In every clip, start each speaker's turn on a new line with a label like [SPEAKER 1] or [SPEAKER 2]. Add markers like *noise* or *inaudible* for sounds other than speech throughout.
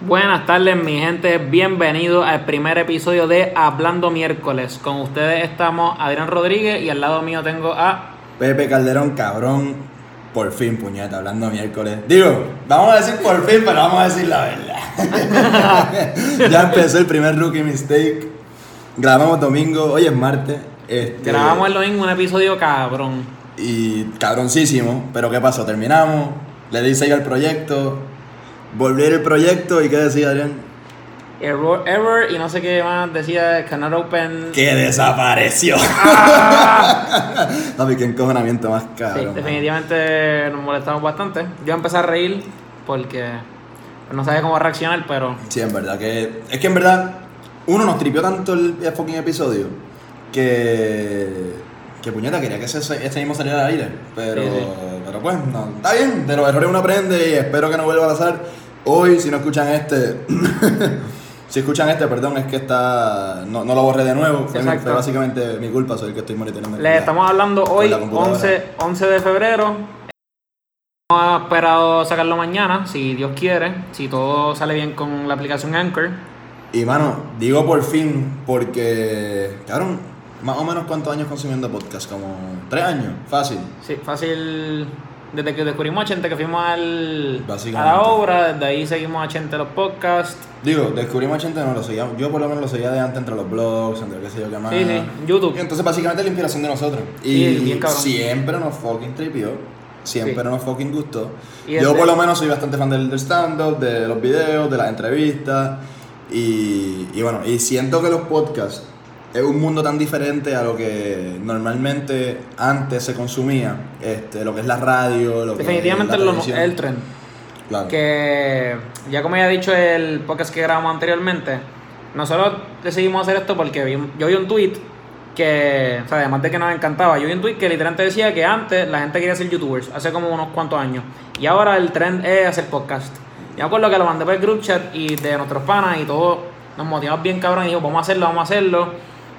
[SPEAKER 1] Buenas tardes mi gente, bienvenidos al primer episodio de Hablando Miércoles. Con ustedes estamos Adrián Rodríguez y al lado mío tengo a...
[SPEAKER 2] Pepe Calderón, cabrón, por fin, puñeta, hablando miércoles. Digo, vamos a decir por fin, pero vamos a decir la verdad. *laughs* ya empezó el primer rookie mistake. Grabamos domingo, hoy es martes. Este,
[SPEAKER 1] Grabamos el domingo un episodio cabrón.
[SPEAKER 2] Y cabroncísimo, pero ¿qué pasó? Terminamos, le di yo al proyecto, volver el proyecto y ¿qué decía Adrián?
[SPEAKER 1] Error, error y no sé qué más decía Canal Open.
[SPEAKER 2] Que desapareció. *laughs* Papi, qué encojonamiento más
[SPEAKER 1] Ah. Sí,
[SPEAKER 2] cabrón.
[SPEAKER 1] definitivamente nos molestamos bastante. Yo empecé a reír porque pues, no sabía cómo reaccionar, pero
[SPEAKER 2] Sí, en verdad que. Es que en verdad, uno nos tripió tanto el, el fucking episodio que. Que puñeta, quería que ese, ese mismo saliera al aire. Pero.
[SPEAKER 1] Sí, sí.
[SPEAKER 2] Pero pues, no. Está bien, de los errores uno aprende y espero que no vuelva a pasar. Hoy, si no escuchan este. *coughs* si escuchan este, perdón, es que está. No, no lo borré de nuevo. Fue, mi-
[SPEAKER 1] Exacto.
[SPEAKER 2] fue básicamente mi culpa, soy el que estoy monitoreando.
[SPEAKER 1] le estamos hablando hoy,
[SPEAKER 2] la computadora.
[SPEAKER 1] 11, 11 de febrero. Hemos esperado sacarlo mañana, si Dios quiere, si todo sale bien con la aplicación Anchor.
[SPEAKER 2] Y mano, digo por fin, porque. Cabrón, más o menos cuántos años consumiendo podcast? Como tres años, fácil.
[SPEAKER 1] Sí, fácil. Desde que descubrimos a Chente, que fuimos al, a
[SPEAKER 2] Básicamente.
[SPEAKER 1] la obra, desde ahí seguimos a Chente los podcasts.
[SPEAKER 2] Digo, descubrimos 80 no lo seguía. Yo por lo menos lo seguía de antes entre los blogs, entre qué sé yo qué más.
[SPEAKER 1] Sí, sí, YouTube.
[SPEAKER 2] Y entonces básicamente la inspiración de nosotros. Y
[SPEAKER 1] Sí, bien cabrón.
[SPEAKER 2] siempre nos fucking tripió. Siempre
[SPEAKER 1] Sí.
[SPEAKER 2] nos fucking gustó.
[SPEAKER 1] Y
[SPEAKER 2] Yo
[SPEAKER 1] desde-
[SPEAKER 2] por lo menos soy bastante fan del, del stand-up, de los videos, de las entrevistas. Y, y bueno, y siento que los podcasts es un mundo tan diferente a lo que normalmente antes se consumía. Este, lo que es la radio, lo que
[SPEAKER 1] Definitivamente
[SPEAKER 2] es la
[SPEAKER 1] lo-
[SPEAKER 2] televisión.
[SPEAKER 1] el tren.
[SPEAKER 2] Claro.
[SPEAKER 1] que ya como ya he dicho el podcast que grabamos anteriormente, nosotros decidimos hacer esto porque vi un- yo vi un tweet que, o sea, además de que nos encantaba, yo vi un tweet que literalmente decía que antes la gente quería ser youtubers, hace como unos cuantos años, y ahora el trend es hacer podcast. Yo me acuerdo que lo mandé por el group chat y de nuestros panas y todos nos motivamos bien cabrón y dijimos, vamos a hacerlo, vamos a hacerlo,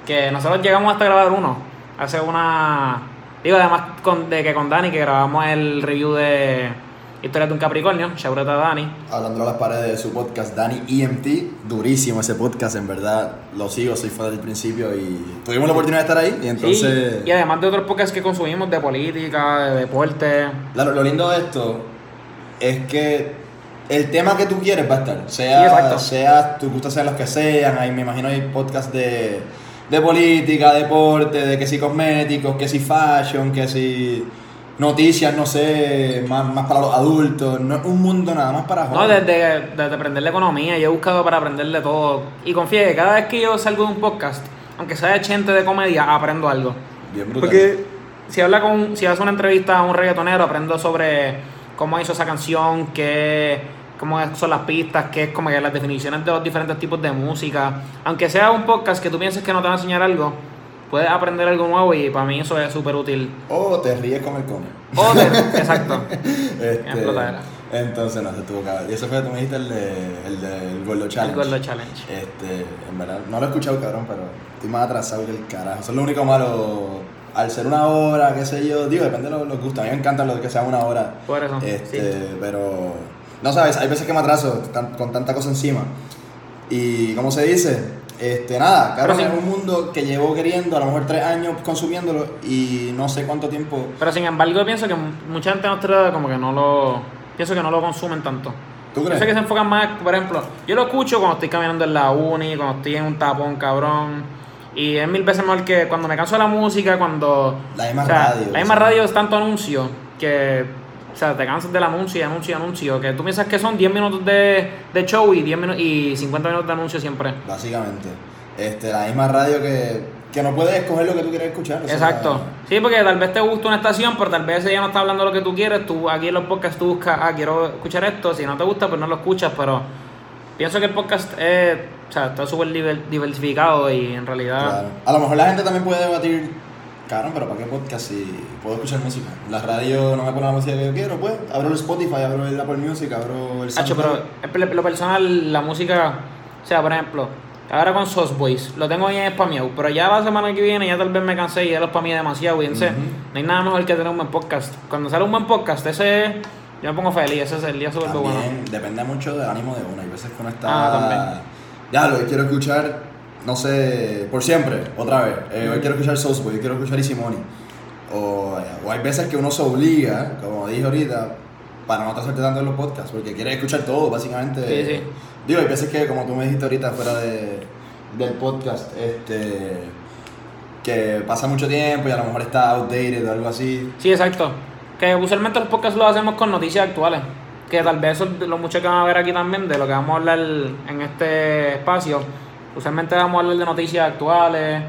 [SPEAKER 1] que nosotros llegamos hasta grabar uno, hace una... Digo, además con- de que con Dani, que grabamos el review de Historia de un Capricornio, shout out a Dani.
[SPEAKER 2] Hablando a las paredes de su podcast, Dani EMT, durísimo ese podcast, en verdad lo sigo, soy fan del principio y tuvimos la oportunidad de estar ahí y entonces...
[SPEAKER 1] Y, y además de otros podcasts que consumimos de política, de deporte.
[SPEAKER 2] Claro, lo lindo de esto es que el tema que tú quieres va a estar,
[SPEAKER 1] Sí,
[SPEAKER 2] sea,
[SPEAKER 1] exacto.
[SPEAKER 2] sea tus gustos sean los que sean, ahí me imagino hay podcasts de, de política, deporte, de que si cosméticos, que si fashion, que si noticias, no sé, más, más para los adultos, no es un mundo nada más para
[SPEAKER 1] No,
[SPEAKER 2] jóvenes.
[SPEAKER 1] desde, desde aprender la economía, yo he buscado para aprender de todo. Y confíe que cada vez que yo salgo de un podcast, aunque sea de gente de comedia, aprendo algo.
[SPEAKER 2] Bien brutal.
[SPEAKER 1] Porque si habla con, si hace una entrevista a un reggaetonero, aprendo sobre cómo hizo esa canción, qué, cómo es- son las pistas, qué es como que las definiciones de los diferentes tipos de música. Aunque sea un podcast que tú pienses que no te va a enseñar algo, puedes aprender algo nuevo y para mí eso es súper útil.
[SPEAKER 2] O te ríes con el come.
[SPEAKER 1] O
[SPEAKER 2] *laughs*
[SPEAKER 1] de- exacto.
[SPEAKER 2] Este,
[SPEAKER 1] explotadera.
[SPEAKER 2] entonces no se tuvo cabrón. Y eso fue que tú me dijiste el de el del Gordo Challenge.
[SPEAKER 1] El Gordo Challenge.
[SPEAKER 2] Este, en verdad, no lo he escuchado cabrón, pero estoy más atrasado que el carajo. Eso es lo único malo. Al ser una hora, qué sé yo, digo, depende de lo- los gustos. A mí me encanta lo que sea una hora.
[SPEAKER 1] Por eso,
[SPEAKER 2] Este,
[SPEAKER 1] Ah, sí.
[SPEAKER 2] pero no sabes, hay veces que me atraso tan- con tanta cosa encima. Y como se dice, este, nada, claro,
[SPEAKER 1] Pero sí.
[SPEAKER 2] es un mundo que llevo queriendo, a lo mejor tres años consumiéndolo y no sé cuánto tiempo
[SPEAKER 1] Pero sin embargo, pienso que mucha gente en nuestra edad como que no lo. Pienso que no lo consumen tanto.
[SPEAKER 2] ¿Tú
[SPEAKER 1] Yo
[SPEAKER 2] crees?
[SPEAKER 1] sé que se enfocan más, por ejemplo, yo lo escucho cuando estoy caminando en la uni, cuando estoy en un tapón, cabrón. Y es mil veces mejor que cuando me canso de la música, cuando.
[SPEAKER 2] La misma
[SPEAKER 1] o sea,
[SPEAKER 2] radio,
[SPEAKER 1] La misma
[SPEAKER 2] sí.
[SPEAKER 1] radio es tanto anuncio que. O sea, te cansas del anuncio y anuncio y anuncio. Que tú piensas que son 10 minutos de, de show y, 10 minu- y 50 minutos de anuncio siempre.
[SPEAKER 2] Básicamente. Este, la misma radio que, que no puedes escoger lo que tú quieres escuchar. o sea,
[SPEAKER 1] Exacto. Sí, porque tal vez te gusta una estación, pero tal vez ella no está hablando lo que tú quieres. Tú aquí en los podcasts tú buscas, ah, quiero escuchar esto. Si no te gusta, pues no lo escuchas. Pero pienso que el podcast es, o sea, está súper diver- diversificado y en realidad.
[SPEAKER 2] claro. A lo mejor la gente también puede debatir, cabrón, pero ¿para qué podcast si puedo escuchar música? La radio no me pone la música que yo quiero, pues. Abro el Spotify, abro el Apple Music, abro el
[SPEAKER 1] Hacho,
[SPEAKER 2] SoundCloud.
[SPEAKER 1] pero en lo personal, la música, o sea, por ejemplo, Ahora con Sauce Boys. Lo tengo bien spameado. Pero ya la semana que viene ya tal vez me cansé y ya lo spameé demasiado. Y en sé, no hay nada mejor que tener un buen podcast. Cuando sale un buen podcast, ese... Yo me pongo feliz. Ese es el día súper bueno.
[SPEAKER 2] También depende mucho del ánimo de uno. Hay veces que uno
[SPEAKER 1] Ah,
[SPEAKER 2] está.
[SPEAKER 1] también.
[SPEAKER 2] ya, lo que quiero escuchar, no sé, por siempre, otra vez. Eh, Hoy quiero escuchar Sosbo, hoy quiero escuchar Isimoni. O, eh, o hay veces que uno se obliga, como dije ahorita, para no atrasarte tanto en los podcasts, porque quieres escuchar todo, básicamente.
[SPEAKER 1] Sí, sí.
[SPEAKER 2] Digo, hay veces que, como tú me dijiste ahorita, fuera de, del podcast, este. que pasa mucho tiempo y a lo mejor está outdated o algo así.
[SPEAKER 1] Sí, exacto. Que usualmente los podcasts los hacemos con noticias actuales. Que tal vez eso es de lo mucho que van a ver aquí también, de lo que vamos a hablar en este espacio. Usualmente vamos a hablar de noticias actuales,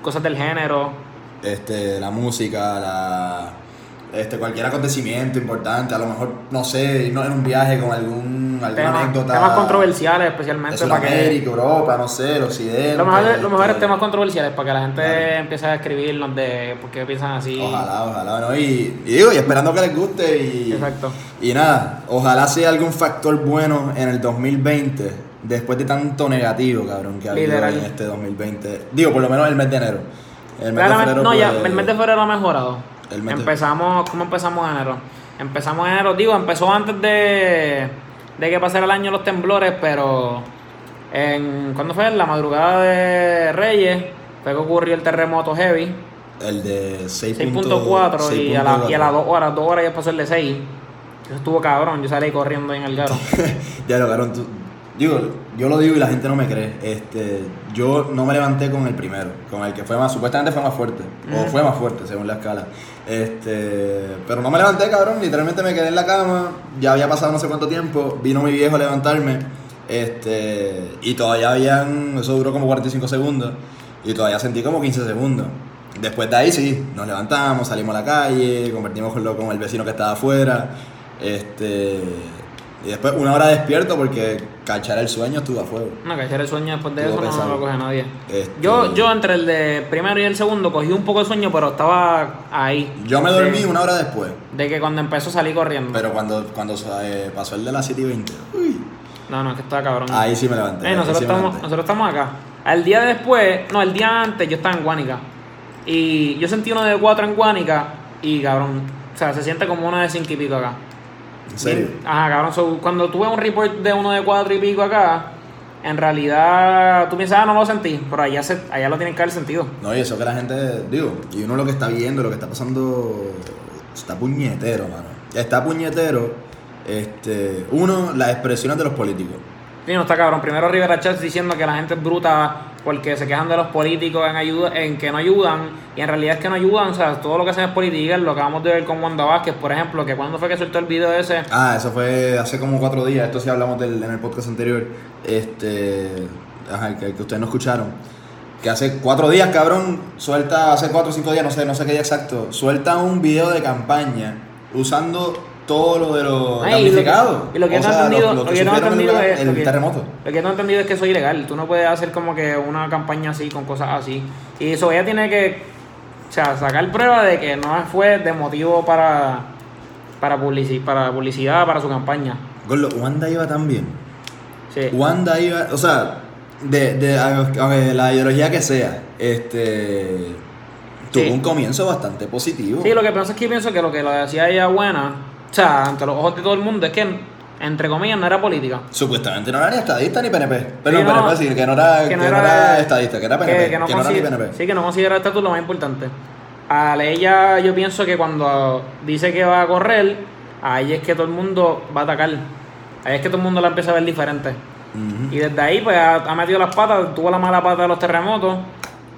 [SPEAKER 1] cosas del género.
[SPEAKER 2] este, la música, la, este, cualquier acontecimiento importante, a lo mejor, no sé, irnos en un viaje con algún, alguna
[SPEAKER 1] Temas,
[SPEAKER 2] anécdota.
[SPEAKER 1] temas controversiales,
[SPEAKER 2] De
[SPEAKER 1] especialmente para que.
[SPEAKER 2] Sudamérica, Europa, no sé, el occidente.
[SPEAKER 1] Lo mejor, lo mejor
[SPEAKER 2] este,
[SPEAKER 1] es temas controversiales, para que la gente
[SPEAKER 2] Claro.
[SPEAKER 1] empiece a escribirnos de por qué piensan así.
[SPEAKER 2] Ojalá, ojalá, ¿no? Y, y digo, y esperando que les guste y...
[SPEAKER 1] Exacto.
[SPEAKER 2] Y nada, ojalá sea algún factor bueno en el 2020, después de tanto negativo, cabrón, que ha habido
[SPEAKER 1] Literal.
[SPEAKER 2] en este 2020. Digo, por lo menos el mes de enero. El mes de
[SPEAKER 1] Claramente-
[SPEAKER 2] febrero,
[SPEAKER 1] no, ya,
[SPEAKER 2] pues,
[SPEAKER 1] el mes de febrero ha mejorado.
[SPEAKER 2] El mes de-
[SPEAKER 1] empezamos, ¿cómo empezamos enero? Empezamos enero, digo, empezó antes de, de que pasara el año los temblores, pero en, ¿cuándo fue? En la madrugada de Reyes fue que ocurrió el terremoto heavy,
[SPEAKER 2] El de 6.4
[SPEAKER 1] 6.4 y, a la- y a las 2 horas, 2 horas ya pasó el de 6. Eso estuvo cabrón, yo salí corriendo ahí en el
[SPEAKER 2] *laughs*
[SPEAKER 1] garo.
[SPEAKER 2] Ya lo cabrón, tú- digo, yo lo digo y la gente no me cree. Este, yo no me levanté con el primero, con el que fue más, supuestamente fue más fuerte, o fue más fuerte según la escala. Este, pero no me levanté, cabrón, literalmente me quedé en la cama, ya había pasado no sé cuánto tiempo, vino mi viejo a levantarme, este, y todavía habían, eso duró como 45 segundos, y todavía sentí como 15 segundos. Después de ahí sí, nos levantamos, salimos a la calle, convertimos con, lo- con el vecino que estaba afuera, este, y después una hora despierto porque cachar el sueño estuvo a fuego.
[SPEAKER 1] No, que echar el sueño después de
[SPEAKER 2] Estuvo
[SPEAKER 1] eso no,
[SPEAKER 2] pesado.
[SPEAKER 1] lo coge nadie.
[SPEAKER 2] Este-
[SPEAKER 1] Yo, yo entre el de primero y el segundo cogí un poco de sueño, pero estaba ahí.
[SPEAKER 2] Yo me dormí
[SPEAKER 1] Sí.
[SPEAKER 2] una hora después,
[SPEAKER 1] De que cuando empezó salí corriendo.
[SPEAKER 2] pero cuando, cuando eh, pasó el de las 7 y 20,
[SPEAKER 1] No, no, es que estaba cabrón.
[SPEAKER 2] ahí sí me levanté.
[SPEAKER 1] Eh,
[SPEAKER 2] ahí
[SPEAKER 1] nosotros,
[SPEAKER 2] sí me
[SPEAKER 1] estamos,
[SPEAKER 2] levanté.
[SPEAKER 1] nosotros estamos acá. Al día después, no, el día antes yo estaba en Guánica. Y yo sentí uno de cuatro en Guánica y cabrón, o sea, se siente como una de cinco y pico acá.
[SPEAKER 2] En serio.
[SPEAKER 1] Ajá, cabrón. so, cuando tuve un report de uno de cuatro y pico acá, en realidad tú piensas, ah, no lo sentí, pero allá, se, allá lo tienen que haber sentido.
[SPEAKER 2] No, y eso que la gente, digo, y uno lo que está viendo, lo que está pasando, está puñetero, mano. Está puñetero, este, uno, las expresiones de los políticos.
[SPEAKER 1] Sí, no está cabrón. Primero Rivera Chats diciendo que la gente es bruta porque se quejan de los políticos en, ayuda, en que no ayudan. Y en realidad es que no ayudan. O sea, todo lo que hacen es política. Lo acabamos de ver con Wanda Vázquez, por ejemplo, que cuando fue que soltó el video ese.
[SPEAKER 2] Ah, eso fue hace como cuatro días. Esto sí hablamos del, en el podcast anterior. Este. Ajá, el que, el que ustedes no escucharon. Que hace cuatro días, cabrón, suelta, hace cuatro o cinco días, no sé, no sé qué día exacto, suelta un video de campaña usando todo lo de los
[SPEAKER 1] Ay, y lo que-
[SPEAKER 2] damnificados.
[SPEAKER 1] y lo que
[SPEAKER 2] O
[SPEAKER 1] no he
[SPEAKER 2] sea,
[SPEAKER 1] entendido-
[SPEAKER 2] los- los
[SPEAKER 1] lo que no he
[SPEAKER 2] sufrieron el
[SPEAKER 1] entendido
[SPEAKER 2] huracán-
[SPEAKER 1] es-
[SPEAKER 2] el
[SPEAKER 1] lo que-
[SPEAKER 2] terremoto.
[SPEAKER 1] Lo que no he entendido es que eso es ilegal. Tú no puedes hacer como que una campaña así con cosas así. Y eso ella tiene que o sea, sacar prueba de que no fue de motivo para, para, publici- para publicidad, para su campaña.
[SPEAKER 2] Gordo, Wanda iba tan bien.
[SPEAKER 1] Sí.
[SPEAKER 2] Wanda iba, o sea, de, de a- a ver, la ideología que sea, este. Tuvo
[SPEAKER 1] Sí.
[SPEAKER 2] un comienzo bastante positivo.
[SPEAKER 1] Sí, lo que pienso es que pienso que lo que lo decía ella buena, o sea, ante los ojos de todo el mundo, es que, entre comillas, no era política.
[SPEAKER 2] Supuestamente no era ni estadista ni PNP. Pero
[SPEAKER 1] Sí,
[SPEAKER 2] no,
[SPEAKER 1] no,
[SPEAKER 2] PNP, sí, que no era, que no era estadista, que era PNP.
[SPEAKER 1] que- que no
[SPEAKER 2] era ni
[SPEAKER 1] consider-
[SPEAKER 2] PNP.
[SPEAKER 1] Sí, que no considera estatus lo más importante. A la- ella, yo pienso que cuando dice que va a correr, ahí es que todo el mundo va a atacar. Ahí es que todo el mundo la empieza a ver diferente.
[SPEAKER 2] Ujú.
[SPEAKER 1] Y desde ahí, pues, ha, ha metido las patas, tuvo la mala pata de los terremotos,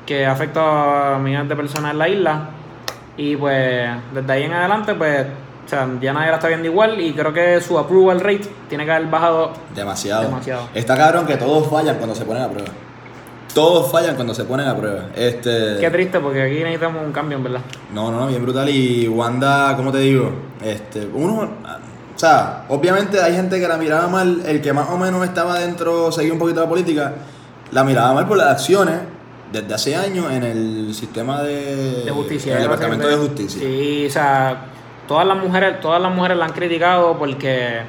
[SPEAKER 1] que afecta a millones de personas en la isla. Y pues, desde ahí en adelante, pues, o sea, ya nadie la está viendo igual y creo que su approval rate tiene que haber bajado.
[SPEAKER 2] Demasiado.
[SPEAKER 1] Demasiado.
[SPEAKER 2] Está cabrón que todos fallan cuando se ponen a prueba. Todos fallan cuando se ponen a prueba. Este.
[SPEAKER 1] Qué triste, porque aquí necesitamos un cambio, en verdad.
[SPEAKER 2] No, no, no, bien brutal. Y Wanda, ¿cómo te digo? Este, uno, ah, o sea, obviamente hay gente que la miraba mal, el que más o menos estaba dentro, seguía un poquito la política, la miraba mal por las acciones desde hace años en el sistema de,
[SPEAKER 1] de justicia.
[SPEAKER 2] en el
[SPEAKER 1] era
[SPEAKER 2] departamento de
[SPEAKER 1] secretario.
[SPEAKER 2] justicia.
[SPEAKER 1] Sí, o sea, todas las mujeres, todas las mujeres la han criticado porque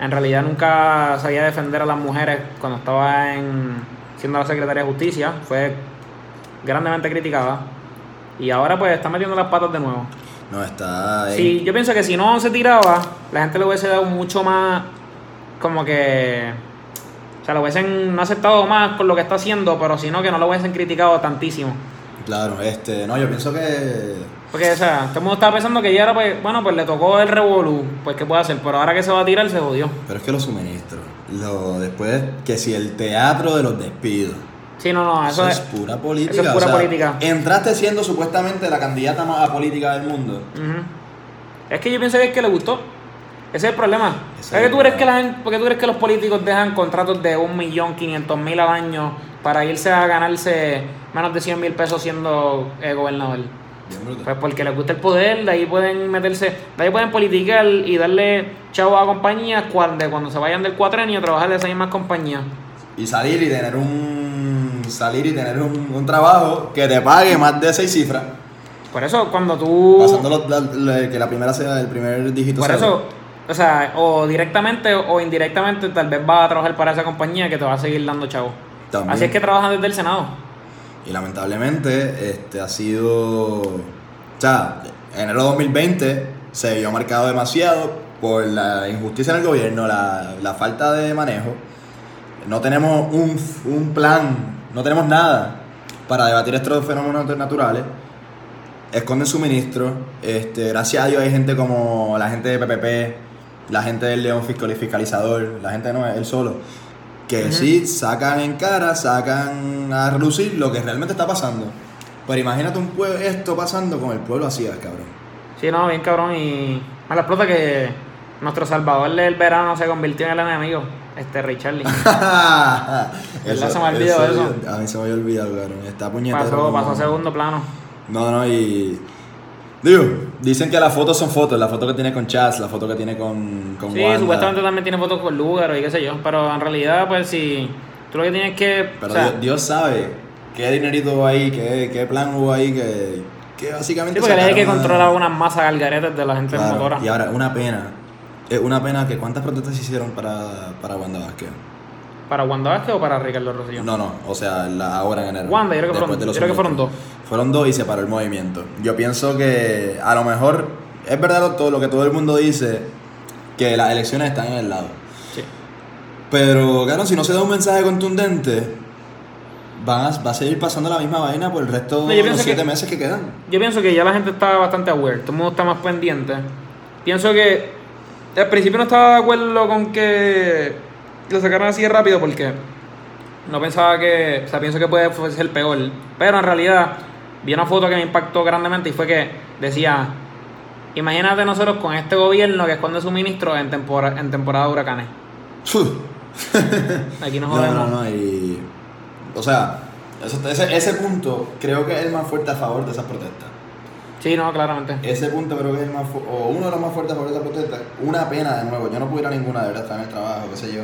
[SPEAKER 1] en realidad nunca sabía defender a las mujeres cuando estaba en siendo la secretaria de Justicia, fue grandemente criticada y ahora pues está metiendo las patas de nuevo.
[SPEAKER 2] No, está ahí.
[SPEAKER 1] Sí, yo pienso que si no se tiraba, la gente le hubiese dado mucho más, como que, o sea, lo hubiesen no aceptado más por lo que está haciendo, pero sino que no lo hubiesen criticado tantísimo.
[SPEAKER 2] Claro, este, no, yo pienso que.
[SPEAKER 1] Porque, o sea, todo el mundo estaba pensando que ya era, pues, bueno, pues le tocó el revolú, pues qué puede hacer, pero ahora que se va a tirar se jodió.
[SPEAKER 2] Pero es que los suministros. Lo, después, que si el teatro de los despidos.
[SPEAKER 1] Sí, no, no,
[SPEAKER 2] Eso
[SPEAKER 1] Ah, eso,
[SPEAKER 2] es
[SPEAKER 1] es...
[SPEAKER 2] pura política.
[SPEAKER 1] eso es
[SPEAKER 2] o
[SPEAKER 1] pura
[SPEAKER 2] sea,
[SPEAKER 1] política.
[SPEAKER 2] Entraste siendo supuestamente la candidata más apolítica del mundo.
[SPEAKER 1] Ujú. Es que yo pienso que es que le gustó. Ese es el problema.
[SPEAKER 2] Ese
[SPEAKER 1] ¿Por
[SPEAKER 2] es
[SPEAKER 1] qué
[SPEAKER 2] el
[SPEAKER 1] tú crees que la
[SPEAKER 2] problema.
[SPEAKER 1] gente, porque tú crees que los políticos dejan contratos de 1.500.000 al año para irse a ganarse menos de 100.000 pesos siendo eh, gobernador?
[SPEAKER 2] Bien brutal.
[SPEAKER 1] Pues porque les gusta el poder, de ahí pueden meterse, de ahí pueden politicar y darle chavo a compañías cuando, cuando se vayan del cuatrenio a trabajar de esa misma compañía.
[SPEAKER 2] Y salir y tener un. Salir y tener un, un trabajo que te pague más de seis cifras.
[SPEAKER 1] Por eso, cuando tú.
[SPEAKER 2] Pasando los- la- la- que la primera sea el primer dígito.
[SPEAKER 1] Uh. Por
[SPEAKER 2] sea-
[SPEAKER 1] eso, o sea, o directamente o indirectamente, tal vez vas a trabajar para esa compañía que te va a seguir dando chavo.
[SPEAKER 2] También.
[SPEAKER 1] Así es que trabajan desde el Senado.
[SPEAKER 2] Y lamentablemente, este ha sido. O sea, enero 2020 se vio marcado demasiado por la injusticia en el gobierno, la, la falta de manejo. No tenemos un, un plan, no tenemos nada para debatir estos fenómenos nat- naturales. Esconden suministros. Este, gracias a Dios hay gente como la gente de PPP, la gente del León Fiscal- Fiscalizador, la gente no es él solo, que sí sacan en cara, sacan a relucir lo que realmente está pasando. Pero imagínate un pueblo esto pasando con el pueblo así, ah, cabrón.
[SPEAKER 1] *laughs* Sí, no, bien cabrón. Y a la explota que nuestro salvador del verano se convirtió en el enemigo, este
[SPEAKER 2] *laughs*
[SPEAKER 1] Richarlie. se me olvidó eso.
[SPEAKER 2] A mí se me había olvidado, cabrón. Está puñetero.
[SPEAKER 1] pasó,
[SPEAKER 2] como-
[SPEAKER 1] pasó a segundo plano.
[SPEAKER 2] No, no, y. Digo, dicen que las fotos son fotos. La foto que tiene con Chaz, la foto que tiene con. con
[SPEAKER 1] Sí,
[SPEAKER 2] Wanda.
[SPEAKER 1] supuestamente también tiene fotos con Lugaro y qué sé yo. Pero en realidad, pues si tú lo que tienes que.
[SPEAKER 2] Pero
[SPEAKER 1] o sea,
[SPEAKER 2] Dios, Dios sabe qué dinerito hubo ahí, qué, qué plan hubo ahí, que, que
[SPEAKER 1] sí,
[SPEAKER 2] básicamente.
[SPEAKER 1] porque le hay que
[SPEAKER 2] sacaron a-
[SPEAKER 1] controlar unas masas galgaretas de la gente
[SPEAKER 2] Claro,
[SPEAKER 1] motora.
[SPEAKER 2] Y ahora, una pena. Es una pena que cuántas protestas se hicieron para, para Wanda Vázquez.
[SPEAKER 1] ¿Para Wanda Vázquez o para Ricardo Rosselló?
[SPEAKER 2] No, no, o sea, la, ahora en enero.
[SPEAKER 1] Wanda, yo creo que
[SPEAKER 2] después
[SPEAKER 1] fueron-
[SPEAKER 2] de los
[SPEAKER 1] yo creo que fueron
[SPEAKER 2] suministros. Fueron dos y se paró el movimiento. Yo pienso que a lo mejor es verdad lo- todo lo que todo el mundo dice, que las elecciones están en el lado.
[SPEAKER 1] Sí.
[SPEAKER 2] Pero, claro, si no se da un mensaje contundente, van a- va a seguir pasando la misma vaina por el resto
[SPEAKER 1] No, yo
[SPEAKER 2] de los
[SPEAKER 1] pienso
[SPEAKER 2] siete
[SPEAKER 1] que-
[SPEAKER 2] meses que quedan.
[SPEAKER 1] Yo pienso que ya la gente está bastante aware, todo el mundo está más pendiente. Pienso que al principio no estaba de acuerdo con que lo sacaran así de rápido porque no pensaba que, o sea, pienso que puede ser peor. Pero en realidad vi una foto que me impactó grandemente y fue que decía, imagínate nosotros con este gobierno que esconde suministros en, tempora- en temporada de huracanes. Aquí nos
[SPEAKER 2] No,
[SPEAKER 1] jodemos.
[SPEAKER 2] no, no, y. O sea, eso- ese, ese punto creo que es el más fuerte a favor de esas protestas.
[SPEAKER 1] Sí, no, claramente.
[SPEAKER 2] Ese punto creo que es el más fu- o uno de los más fuertes a favor de esas protestas. Una pena de nuevo, yo no pudiera ninguna de verdad estar en el trabajo, qué sé yo.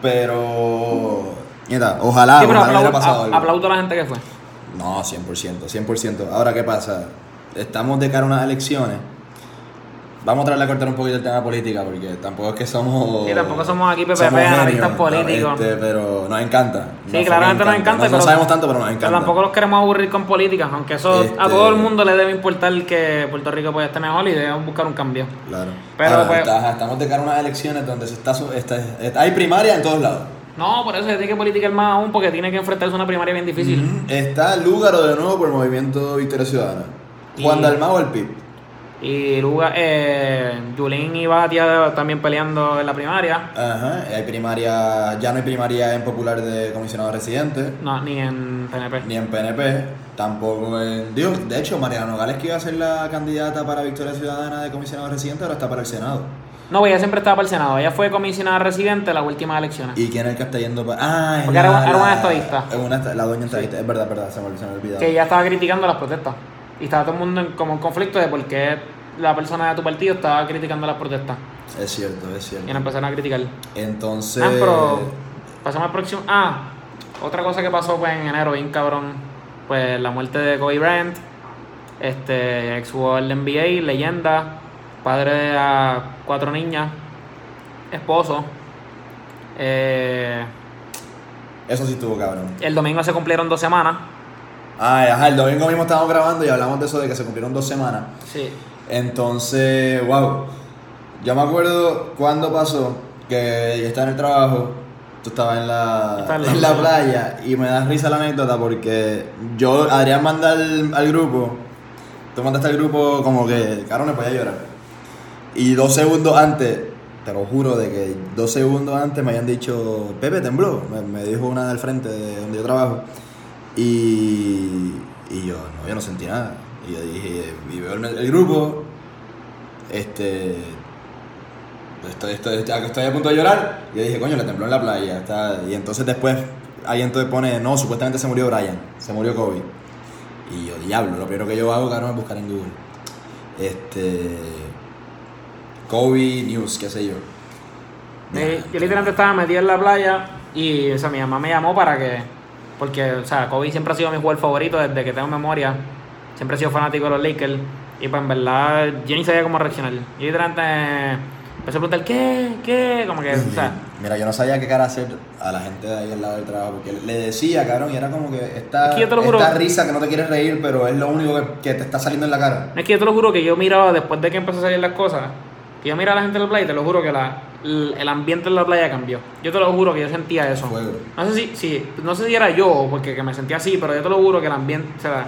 [SPEAKER 2] Pero. Nieta, ojalá,
[SPEAKER 1] Sí, pero
[SPEAKER 2] ojalá hubiera
[SPEAKER 1] aplau-
[SPEAKER 2] pasado
[SPEAKER 1] a-
[SPEAKER 2] algo.
[SPEAKER 1] aplaudo a la gente que fue.
[SPEAKER 2] No, 100%, 100%. Ahora, ¿qué pasa? Estamos de cara a unas elecciones. Vamos a tratar de cortar un poquito el tema política, porque tampoco es que somos...
[SPEAKER 1] Sí, tampoco somos aquí PPP,
[SPEAKER 2] Oh, genios,
[SPEAKER 1] analistas
[SPEAKER 2] ¿no?
[SPEAKER 1] políticos.
[SPEAKER 2] Este, pero nos encanta.
[SPEAKER 1] Sí, claramente nos encanta,
[SPEAKER 2] No, no
[SPEAKER 1] pero-
[SPEAKER 2] sabemos tanto, pero nos
[SPEAKER 1] Pero
[SPEAKER 2] encanta.
[SPEAKER 1] tampoco los queremos aburrir con políticas, aunque eso a
[SPEAKER 2] Este-
[SPEAKER 1] todo el mundo le debe importar que Puerto Rico pueda estar mejor y debemos buscar un cambio.
[SPEAKER 2] Claro.
[SPEAKER 1] Pero,
[SPEAKER 2] Ahora,
[SPEAKER 1] pues-
[SPEAKER 2] está- estamos de cara a unas elecciones donde se está, su- está- está- hay primaria en todos lados.
[SPEAKER 1] No, por eso se tiene que politicar más aún porque tiene que enfrentarse a una primaria bien difícil.
[SPEAKER 2] Está Lúgaro de nuevo por el Movimiento Victoria Ciudadana.
[SPEAKER 1] Y-
[SPEAKER 2] Juan Dalmao, el PIB.
[SPEAKER 1] Y Luga, eh, Yulín y Batia también peleando en la primaria.
[SPEAKER 2] Ajá, hay primaria, ya no hay primaria en popular de comisionado residente.
[SPEAKER 1] No, ni en PNP.
[SPEAKER 2] ni en PNP, tampoco en Dios. De hecho, Mariano Gales, que iba a ser la candidata para Victoria Ciudadana de comisionado residente, ahora está para el Senado.
[SPEAKER 1] No, pues ella siempre estaba para el Senado. Ella fue comisionada residente en las últimas elecciones.
[SPEAKER 2] ¿Y quién es el que está yendo para.? Ah, es
[SPEAKER 1] Porque era- era una estadista.
[SPEAKER 2] es una esta- la doña estadista, es verdad, es verdad, se me, olvidó- se me olvidaba.
[SPEAKER 1] Que ella estaba criticando las protestas. Y estaba todo el mundo en- como en conflicto de por qué la persona de tu partido estaba criticando las protestas.
[SPEAKER 2] Es cierto, es
[SPEAKER 1] Y
[SPEAKER 2] cierto.
[SPEAKER 1] nos empezaron a criticar.
[SPEAKER 2] Entonces.
[SPEAKER 1] Ah, pero pasamos al próximo. Ah, otra cosa que pasó pues, en enero, bien cabrón. Pues la muerte de Kobe Bryant, este ex jugador de NBA, leyenda, padre de ah, cuatro niñas, esposo. Eh,
[SPEAKER 2] Eso sí estuvo cabrón.
[SPEAKER 1] El domingo se cumplieron dos semanas.
[SPEAKER 2] Ay, ajá, el domingo mismo estábamos grabando y hablamos de eso, de que se cumplieron dos semanas.
[SPEAKER 1] Sí.
[SPEAKER 2] Entonces, wow. Yo me acuerdo cuando pasó que yo estaba en el trabajo, tú estabas en la,
[SPEAKER 1] Estaba
[SPEAKER 2] en la, playa. y me da risa la anécdota porque yo, Adrián manda al, al grupo, tú mandaste al grupo como que, cabrón, voy a llorar. Y dos segundos antes, te lo juro de que dos segundos antes me habían dicho, Pepe tembló, me, me dijo una del frente de donde yo trabajo. Y, y yo, no, yo no sentí nada. Y yo dije, y veo el, el grupo, este, estoy, estoy, estoy- estoy a punto de llorar. Y yo dije, coño, le tembló en la playa. está- Y entonces después, alguien entonces pone, no, supuestamente se murió Brian, se murió Kobe. Y yo, diablo, lo primero que yo hago, cabrón, es buscar en Google. Este, Kobe News, qué sé yo.
[SPEAKER 1] Eh, yo literalmente estaba metido en la playa y o sea, mi mamá me llamó para que. Porque, o sea, Kobe siempre ha sido mi jugador favorito desde que tengo memoria. Siempre he sido fanático de los Lakers. Y pues en verdad, yo ni sabía cómo reaccionar. Yo literalmente empecé a preguntar, ¿qué? ¿Qué? Como que, o sea,
[SPEAKER 2] Mira, yo no sabía qué cara hacer a la gente de ahí al lado del trabajo, porque le decía, cabrón, y era como que esta,
[SPEAKER 1] Es que yo te lo juro.
[SPEAKER 2] esta risa que no te quieres reír, pero es lo único que, que te está saliendo en la cara.
[SPEAKER 1] es que yo te lo juro que yo miraba después de que empezó a salir las cosas. Que yo miraba a la gente en la playa y te lo juro que la, l- el ambiente en la playa cambió. Yo te lo juro que yo sentía eso.
[SPEAKER 2] Fuego.
[SPEAKER 1] No sé si, si- no sé si era yo, porque que me sentía así, pero yo te lo juro que el ambiente, o sea,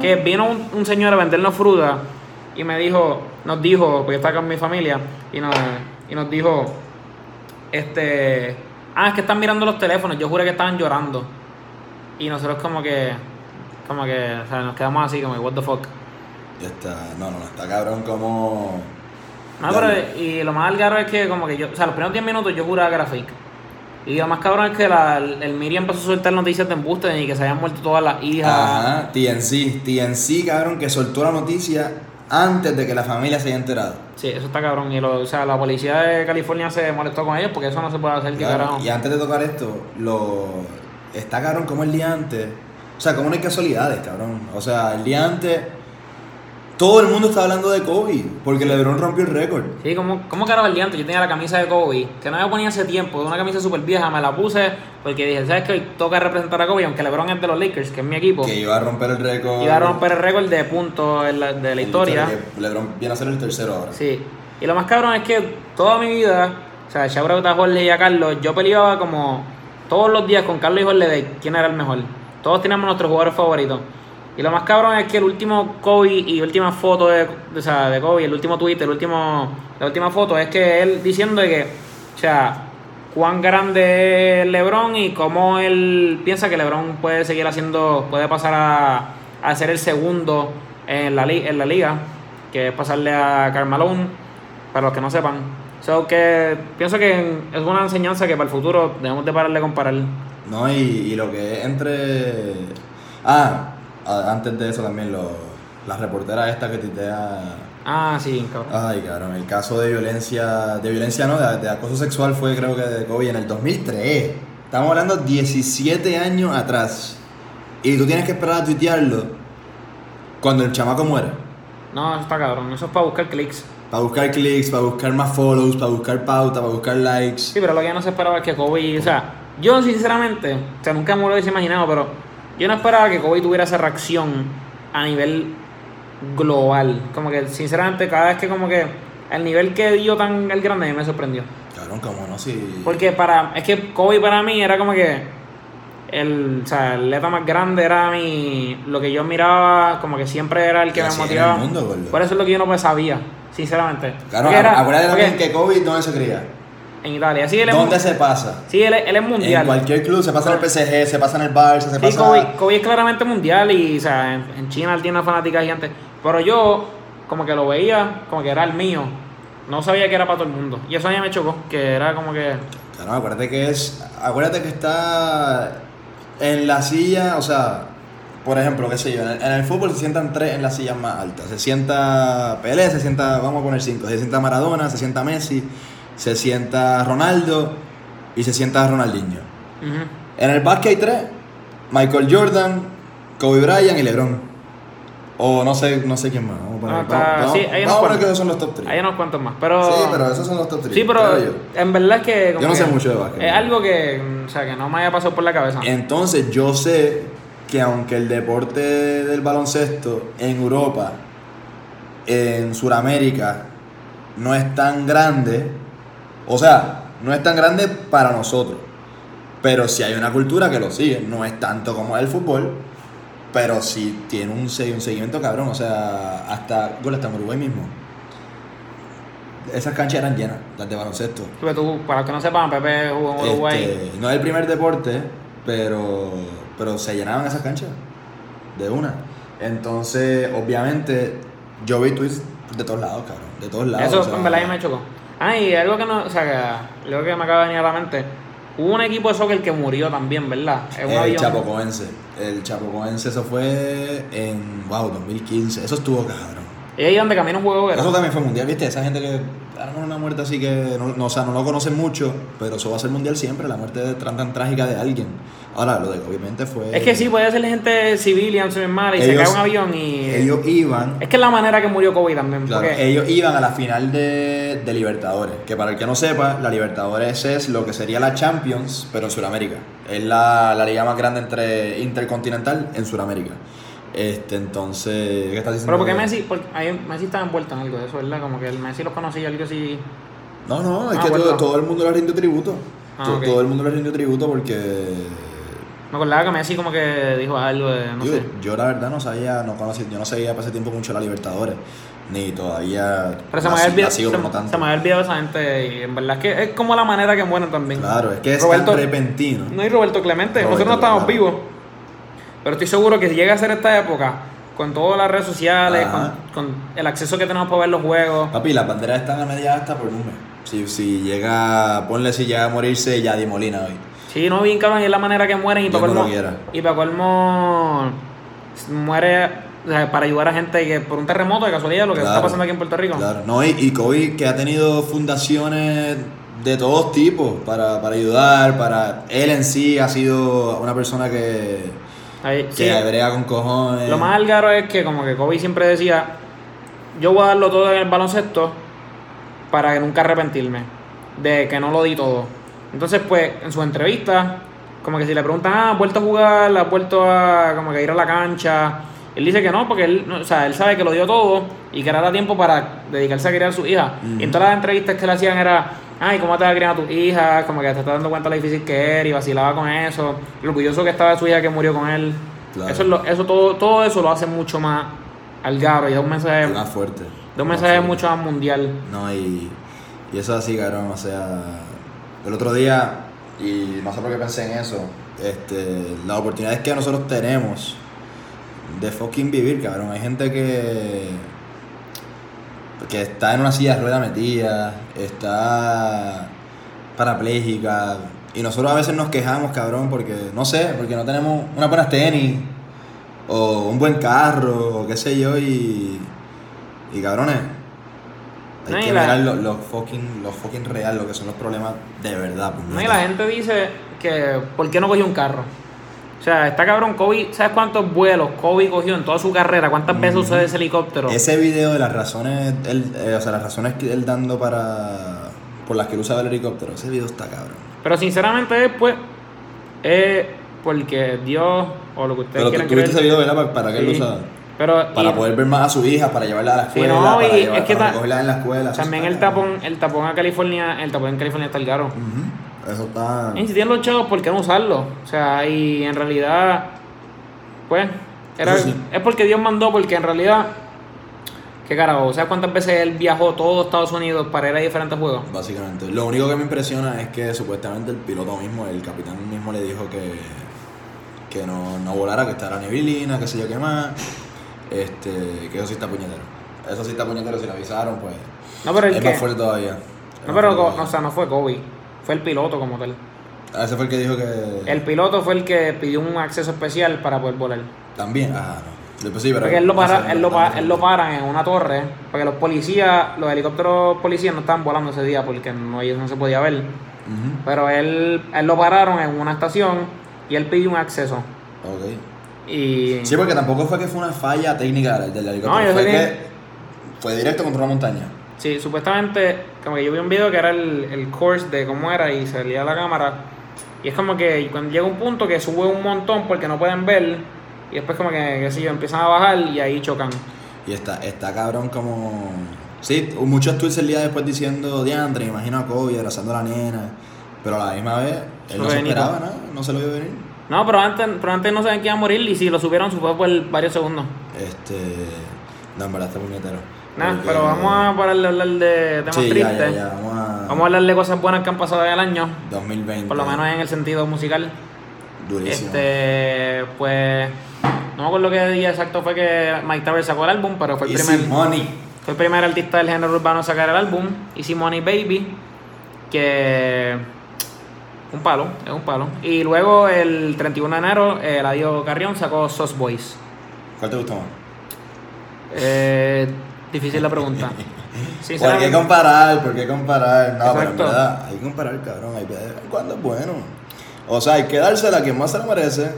[SPEAKER 1] que vino un, un señor a vendernos fruta y me dijo, nos dijo, pues yo estaba con mi familia, y nos, y nos dijo, este, ah, es que están mirando los teléfonos, yo juré que estaban llorando. Y nosotros como que, como que, o sea, nos quedamos así, como, que, what the fuck.
[SPEAKER 2] Está, no, no, está cabrón como...
[SPEAKER 1] No, Ah, pero y lo más algarro es que como que yo, o sea, los primeros 10 minutos yo juraba que era fake. Y lo más cabrón es que la, el Miriam empezó a soltar noticias de embuste y que se habían muerto todas las hijas.
[SPEAKER 2] Ajá, TNC, TNC, cabrón, que soltó la noticia antes de que la familia se haya enterado.
[SPEAKER 1] Sí, eso está cabrón. Y lo, o sea, la policía de California se molestó con ellos porque eso no se puede hacer, que
[SPEAKER 2] Claro,
[SPEAKER 1] carajo.
[SPEAKER 2] Y antes de tocar esto, lo está cabrón como el día antes. O sea, como no hay casualidades, cabrón. O sea, el día antes todo el mundo está hablando de Kobe porque LeBron rompió el récord.
[SPEAKER 1] Sí, ¿cómo, cómo carajo el día antes? Yo tenía la camisa de Kobe, que no me ponía hace tiempo, una camisa súper vieja, me la puse porque dije, ¿sabes qué? Hoy toca representar a Kobe, aunque LeBron es de los Lakers, que es mi equipo.
[SPEAKER 2] Que iba a romper el récord.
[SPEAKER 1] Y va Oh. a romper el récord de puntos en la- de la historia.
[SPEAKER 2] que LeBron viene a ser el tercero ahora.
[SPEAKER 1] Sí. Y lo más cabrón es que toda mi vida, o sea, ya a Jorge y a Carlos, yo peleaba como todos los días con Carlos y Jorge de quién era el mejor. Todos teníamos nuestros jugadores favoritos. Y lo más cabrón es que el último Kobe y última foto de, o sea, de Kobe, el último tweet, el último, la última foto, es que él diciendo de que, o sea, cuán grande es LeBron y cómo él piensa que LeBron puede seguir haciendo, puede pasar a, a ser el segundo en la, li- en la liga, que es pasarle a Carmalone, para los que no sepan. So que pienso que es una enseñanza que para el futuro debemos de pararle comparar.
[SPEAKER 2] No, y, y lo que es entre. Ah, a- antes de eso también, lo, la reportera esta que titea.
[SPEAKER 1] Ah, sí, cabrón.
[SPEAKER 2] Ay, cabrón, el caso de violencia, de violencia no, de, de acoso sexual fue creo que de Kobe en el 2003. Estamos hablando 17 años atrás. Y tú tienes que esperar a tuitearlo cuando el chamaco muere.
[SPEAKER 1] No, eso está cabrón. Eso es para buscar clics.
[SPEAKER 2] Para buscar clics, para buscar más follows, para buscar pauta, para buscar likes.
[SPEAKER 1] Sí, pero lo que yo no se esperaba es que Kobe, o sea, yo sinceramente, o sea, nunca me lo hubiese imaginado, pero yo no esperaba que Kobe tuviera esa reacción a nivel global. Como que sinceramente cada vez que como que el nivel que dio tan el grande me sorprendió.
[SPEAKER 2] Cabrón, cómo no, sí.
[SPEAKER 1] Porque para, es que Kobe para mí era como que el, o sea, el atleta más grande era mi, lo que yo miraba, como que siempre era el que
[SPEAKER 2] Y
[SPEAKER 1] me
[SPEAKER 2] así era
[SPEAKER 1] motivaba.
[SPEAKER 2] el mundo, gordo.
[SPEAKER 1] Por eso es lo que yo no pues, sabía, sinceramente.
[SPEAKER 2] Cabrón,
[SPEAKER 1] Porque era-
[SPEAKER 2] acuérdate
[SPEAKER 1] porque
[SPEAKER 2] también que Kobe, ¿dónde se cría?
[SPEAKER 1] en Italia, sí, él es,
[SPEAKER 2] ¿Dónde
[SPEAKER 1] mun-
[SPEAKER 2] se pasa?
[SPEAKER 1] sí, él es- él es mundial.
[SPEAKER 2] En cualquier club, se pasa en el PSG, se pasa en el Barça, se
[SPEAKER 1] Sí,
[SPEAKER 2] pasa...
[SPEAKER 1] Kobe, Kobe es claramente mundial y o sea, en, en China él tiene una fanática gigante. Pero yo, como que lo veía, como que era el mío. No sabía que era para todo el mundo. Y eso a mí me chocó, que era como que.
[SPEAKER 2] Claro, acuérdate que es. Acuérdate que está en la silla, o sea, por ejemplo, qué sé yo, en el, en el fútbol se sientan tres en las sillas más altas. Se sienta Pelé, se sienta, vamos a poner cinco, se sienta Maradona, se sienta Messi, se sienta Ronaldo y se sienta Ronaldinho.
[SPEAKER 1] ujú.
[SPEAKER 2] En el básquet hay tres: Michael Jordan, Kobe Bryant y LeBron. O no sé, no sé quién más. Vamos a poner,
[SPEAKER 1] No, está-
[SPEAKER 2] vamos-
[SPEAKER 1] sí,
[SPEAKER 2] vamos-
[SPEAKER 1] hay unos
[SPEAKER 2] vamos a poner
[SPEAKER 1] cuantos.
[SPEAKER 2] que esos son los top 3.
[SPEAKER 1] Hay unos cuantos más, pero...
[SPEAKER 2] Sí, pero esos son los top 3.
[SPEAKER 1] Sí, pero en verdad es que... como
[SPEAKER 2] Yo no sé
[SPEAKER 1] que
[SPEAKER 2] mucho de básquet.
[SPEAKER 1] Es algo que, mm, o sea, que no me haya pasado por la cabeza.
[SPEAKER 2] Entonces yo sé que aunque el deporte del baloncesto en Europa, en Sudamérica, no es tan grande, o sea, no es tan grande para nosotros, pero si hay una cultura que lo sigue, no es tanto como el fútbol, pero sí tiene un, se- un seguimiento cabrón, o sea, hasta, bueno, hasta en Uruguay mismo. Esas canchas eran llenas, las de baloncesto.
[SPEAKER 1] Porque tú, para los que no sepan, Pepe jugó en Uruguay.
[SPEAKER 2] Este, no es el primer deporte, pero, pero se llenaban esas canchas de una. Entonces, obviamente, yo vi tweets de todos lados, cabrón. De todos lados.
[SPEAKER 1] Eso
[SPEAKER 2] o sea,
[SPEAKER 1] en verdad a mí me chocó. Ah, y algo que no, o sea, que, algo que me acaba de venir a la mente. Hubo un equipo de soccer que murió también, ¿verdad? En un
[SPEAKER 2] El
[SPEAKER 1] avión.
[SPEAKER 2] Chapocoense. El Chapocoense, eso fue en, wow, 2015. Eso estuvo cabrón.
[SPEAKER 1] Ellos iban de camino a un juego,
[SPEAKER 2] Eso
[SPEAKER 1] ¿verdad?
[SPEAKER 2] también fue mundial, ¿viste? Esa gente que arman una muerte así que, no, no, o sea, no lo conocen mucho, pero eso va a ser mundial siempre, la muerte tan, tan trágica de alguien. Ahora, lo de que obviamente fue...
[SPEAKER 1] Es que sí, pues, puede ser gente civil y no sé bien mala, y se
[SPEAKER 2] Ellos-
[SPEAKER 1] cae un avión y.
[SPEAKER 2] Ellos iban
[SPEAKER 1] Es que es la manera que murió Kobe también.
[SPEAKER 2] Claro,
[SPEAKER 1] porque
[SPEAKER 2] ellos iban a la final de, de Libertadores, que para el que no sepa, la Libertadores es lo que sería la Champions, pero en Sudamérica. Es la, la liga más grande entre intercontinental en Sudamérica. Este, entonces, ¿qué estás diciendo?
[SPEAKER 1] pero porque Messi, porque ahí Messi estaba envuelto en algo de eso, ¿verdad? Como que el Messi los conocía algo así.
[SPEAKER 2] No, no, es
[SPEAKER 1] Ah,
[SPEAKER 2] que
[SPEAKER 1] bueno.
[SPEAKER 2] todo, todo el mundo le rindió tributo.
[SPEAKER 1] Ah,
[SPEAKER 2] To-
[SPEAKER 1] ok.
[SPEAKER 2] Todo el mundo le rindió tributo porque
[SPEAKER 1] Me acordaba que Messi como que dijo algo de, no
[SPEAKER 2] digo,
[SPEAKER 1] sé.
[SPEAKER 2] yo la verdad no sabía, no conocía, yo no sabía para ese tiempo mucho la Libertadores, ni todavía
[SPEAKER 1] Pero se
[SPEAKER 2] la
[SPEAKER 1] me había
[SPEAKER 2] si- la
[SPEAKER 1] olvidado,
[SPEAKER 2] sigo como
[SPEAKER 1] se,
[SPEAKER 2] tanto.
[SPEAKER 1] se me había olvidado esa gente y en verdad es que es como la manera que mueren también.
[SPEAKER 2] Claro, es que es
[SPEAKER 1] Roberto-
[SPEAKER 2] tan repentino.
[SPEAKER 1] No hay Roberto Clemente,
[SPEAKER 2] Roberto
[SPEAKER 1] nosotros no estamos
[SPEAKER 2] Clemente.
[SPEAKER 1] vivos. Pero estoy seguro que si llega a ser esta época, con todas las redes sociales,
[SPEAKER 2] Ajá. Ah.
[SPEAKER 1] con, con el acceso que tenemos para ver los juegos,
[SPEAKER 2] Papi, las banderas están a media hasta por número. Si, si llega, ponle si llega a morirse Yadi Molina hoy.
[SPEAKER 1] sí, no bien cabrón, y es la manera que mueren y
[SPEAKER 2] Dios
[SPEAKER 1] para
[SPEAKER 2] no lo
[SPEAKER 1] colmo.
[SPEAKER 2] quiera.
[SPEAKER 1] Y para colmo muere o sea, para ayudar a gente que por un terremoto de casualidad lo que está
[SPEAKER 2] Claro.
[SPEAKER 1] pasando aquí en Puerto Rico.
[SPEAKER 2] Claro, no, y, y Kobe que ha tenido fundaciones de todos tipos para, para ayudar, para... Él en sí ha sido una persona que,
[SPEAKER 1] Ahí,
[SPEAKER 2] que
[SPEAKER 1] sí.
[SPEAKER 2] brega con cojones.
[SPEAKER 1] Lo más álgaro es que como que Kobe siempre decía, yo voy a darlo todo en el baloncesto para que nunca arrepentirme de que no lo di todo. Entonces, pues, en su entrevista, como que si le preguntan, ah, ¿has vuelto a jugar? ¿Has vuelto a como que ir a la cancha? Él dice que no, porque él, no- o sea, él sabe que lo dio todo y que ahora da tiempo para dedicarse a criar a su hija. Y en todas las entrevistas que le hacían era, ay, ¿cómo te vas a criar a tu hija? Como que te estás dando cuenta de lo difícil que era y vacilaba con eso. Lo orgulloso que estaba de su hija que murió con él.
[SPEAKER 2] Claro.
[SPEAKER 1] Eso, es lo- eso todo, todo eso lo hace mucho más algaro y da un mensaje,
[SPEAKER 2] Y más fuerte.
[SPEAKER 1] da un
[SPEAKER 2] Más
[SPEAKER 1] mensaje
[SPEAKER 2] fuerte.
[SPEAKER 1] mucho más mundial.
[SPEAKER 2] No, y, y eso así, cabrón, o sea, el otro día, y no sé por qué pensé en eso, este, las oportunidades que nosotros tenemos de fucking vivir, cabrón, hay gente que, que está en una silla de rueda metida, está parapléjica, y nosotros a veces nos quejamos, cabrón, porque, no sé, porque no tenemos unas buenas tenis, o un buen carro, o qué sé yo, y, y cabrones. Hay
[SPEAKER 1] No, y
[SPEAKER 2] que
[SPEAKER 1] la-
[SPEAKER 2] mirar lo, lo fucking, lo fucking real, lo que son los problemas de verdad. pues,
[SPEAKER 1] No, y
[SPEAKER 2] neta.
[SPEAKER 1] la gente dice que ¿por qué no cogió un carro? O sea, está cabrón, Kobe, ¿sabes cuántos vuelos Kobe cogió en toda su carrera? ¿Cuántas veces usó ese helicóptero?
[SPEAKER 2] Ese video de las razones, él, eh, o sea, las razones que él dando para por las que él usaba el helicóptero, ese video está cabrón.
[SPEAKER 1] Pero sinceramente después, eh, porque Dios o lo que ustedes
[SPEAKER 2] Pero tú,
[SPEAKER 1] quieran
[SPEAKER 2] tú viste ese
[SPEAKER 1] creer.
[SPEAKER 2] video, ¿verdad? ¿Para, para qué él lo
[SPEAKER 1] Sí.
[SPEAKER 2] usaba?
[SPEAKER 1] Pero
[SPEAKER 2] Para
[SPEAKER 1] y
[SPEAKER 2] poder ver más a su hija, para llevarla a la
[SPEAKER 1] Sí,
[SPEAKER 2] escuela,
[SPEAKER 1] no,
[SPEAKER 2] para,
[SPEAKER 1] y
[SPEAKER 2] llevar-
[SPEAKER 1] es que
[SPEAKER 2] para
[SPEAKER 1] ta-
[SPEAKER 2] recogerla en la escuela. eso
[SPEAKER 1] también
[SPEAKER 2] está
[SPEAKER 1] el
[SPEAKER 2] cabrón.
[SPEAKER 1] tapón, el tapón a California, el tapón en California está el caro.
[SPEAKER 2] Ujú. Eso está...
[SPEAKER 1] Y si tienen los chavos, ¿por qué no usarlo? O sea, y en realidad, pues, era,
[SPEAKER 2] Eso sí.
[SPEAKER 1] es porque Dios mandó, porque en realidad, qué carajo, ¿sabes cuántas veces él viajó todo Estados Unidos para ir a diferentes juegos?
[SPEAKER 2] Básicamente. Lo único que me impresiona es que supuestamente el piloto mismo, el capitán mismo le dijo que, que no, no volara, que estaba neblina, que sé yo qué más. Este, que eso sí está puñetero. Eso sí está puñetero, si lo avisaron, pues.
[SPEAKER 1] No, pero el
[SPEAKER 2] es
[SPEAKER 1] que,
[SPEAKER 2] más fuerte todavía. Es
[SPEAKER 1] no,
[SPEAKER 2] más
[SPEAKER 1] pero,
[SPEAKER 2] fuerte
[SPEAKER 1] co-
[SPEAKER 2] todavía.
[SPEAKER 1] o sea, no fue Kobe, fue el piloto como tal.
[SPEAKER 2] Ah, Ese fue el que dijo que.
[SPEAKER 1] El piloto fue el que pidió un acceso especial para poder volar.
[SPEAKER 2] También. Ah, no. Pues sí, pero.
[SPEAKER 1] Porque él lo,
[SPEAKER 2] no
[SPEAKER 1] para,
[SPEAKER 2] sé,
[SPEAKER 1] él, lo
[SPEAKER 2] no
[SPEAKER 1] pa-
[SPEAKER 2] sé.
[SPEAKER 1] él lo paran en una torre, porque los policías, los helicópteros policías no estaban volando ese día porque no, ellos no se podía ver.
[SPEAKER 2] Ujú.
[SPEAKER 1] Pero él, él lo pararon en una estación y él pidió un acceso.
[SPEAKER 2] Ok.
[SPEAKER 1] Y
[SPEAKER 2] Sí, porque tampoco fue que fue una falla técnica del, del helicóptero.
[SPEAKER 1] No, yo
[SPEAKER 2] fue
[SPEAKER 1] sé
[SPEAKER 2] que
[SPEAKER 1] que-
[SPEAKER 2] fue directo contra una montaña.
[SPEAKER 1] Sí, supuestamente, como que yo vi un video que era el, el course de cómo era y salía la cámara. Y es como que cuando llega un punto que sube un montón porque no pueden ver. Y después como que, qué sé yo, empiezan a bajar y ahí chocan.
[SPEAKER 2] Y está, está cabrón como... Sí, muchos tweets el día después diciendo, diantre, imagino a Kobe abrazando a la nena. Pero a la misma vez, él no se
[SPEAKER 1] Subenito.
[SPEAKER 2] esperaba nada, no se lo vio venir.
[SPEAKER 1] No, pero antes, pero antes no sabían que iba a morir y si lo subieron se fue por varios segundos.
[SPEAKER 2] Este... No, en verdad está puñetero.
[SPEAKER 1] Nada,
[SPEAKER 2] Porque-
[SPEAKER 1] pero vamos a parar de hablar de temas
[SPEAKER 2] Sí, ya,
[SPEAKER 1] tristes.
[SPEAKER 2] ya, ya, vamos a...
[SPEAKER 1] Vamos a hablar de cosas buenas que han pasado en el año,
[SPEAKER 2] 2020.
[SPEAKER 1] por lo menos en el sentido musical.
[SPEAKER 2] Durísimo.
[SPEAKER 1] Este, pues, no me acuerdo qué día exacto fue que Mike Towers sacó el álbum, pero fue el
[SPEAKER 2] Easy
[SPEAKER 1] primer...
[SPEAKER 2] money.
[SPEAKER 1] Fue el primer artista del género urbano a sacar el álbum, Easy Money Baby, que un palo, es un palo. Y luego el 31 de enero, eh, Eladio Carrión sacó Sos Boys.
[SPEAKER 2] ¿Cuál te gustó más?
[SPEAKER 1] Eh, difícil la pregunta.
[SPEAKER 2] ¿Por qué
[SPEAKER 1] Sinceramente,
[SPEAKER 2] comparar? ¿Por qué comparar? No, pero en
[SPEAKER 1] Exacto.
[SPEAKER 2] verdad, hay que comparar, cabrón. Hay que ver cuándo es bueno. O sea, hay que dársela a quien más se la merece.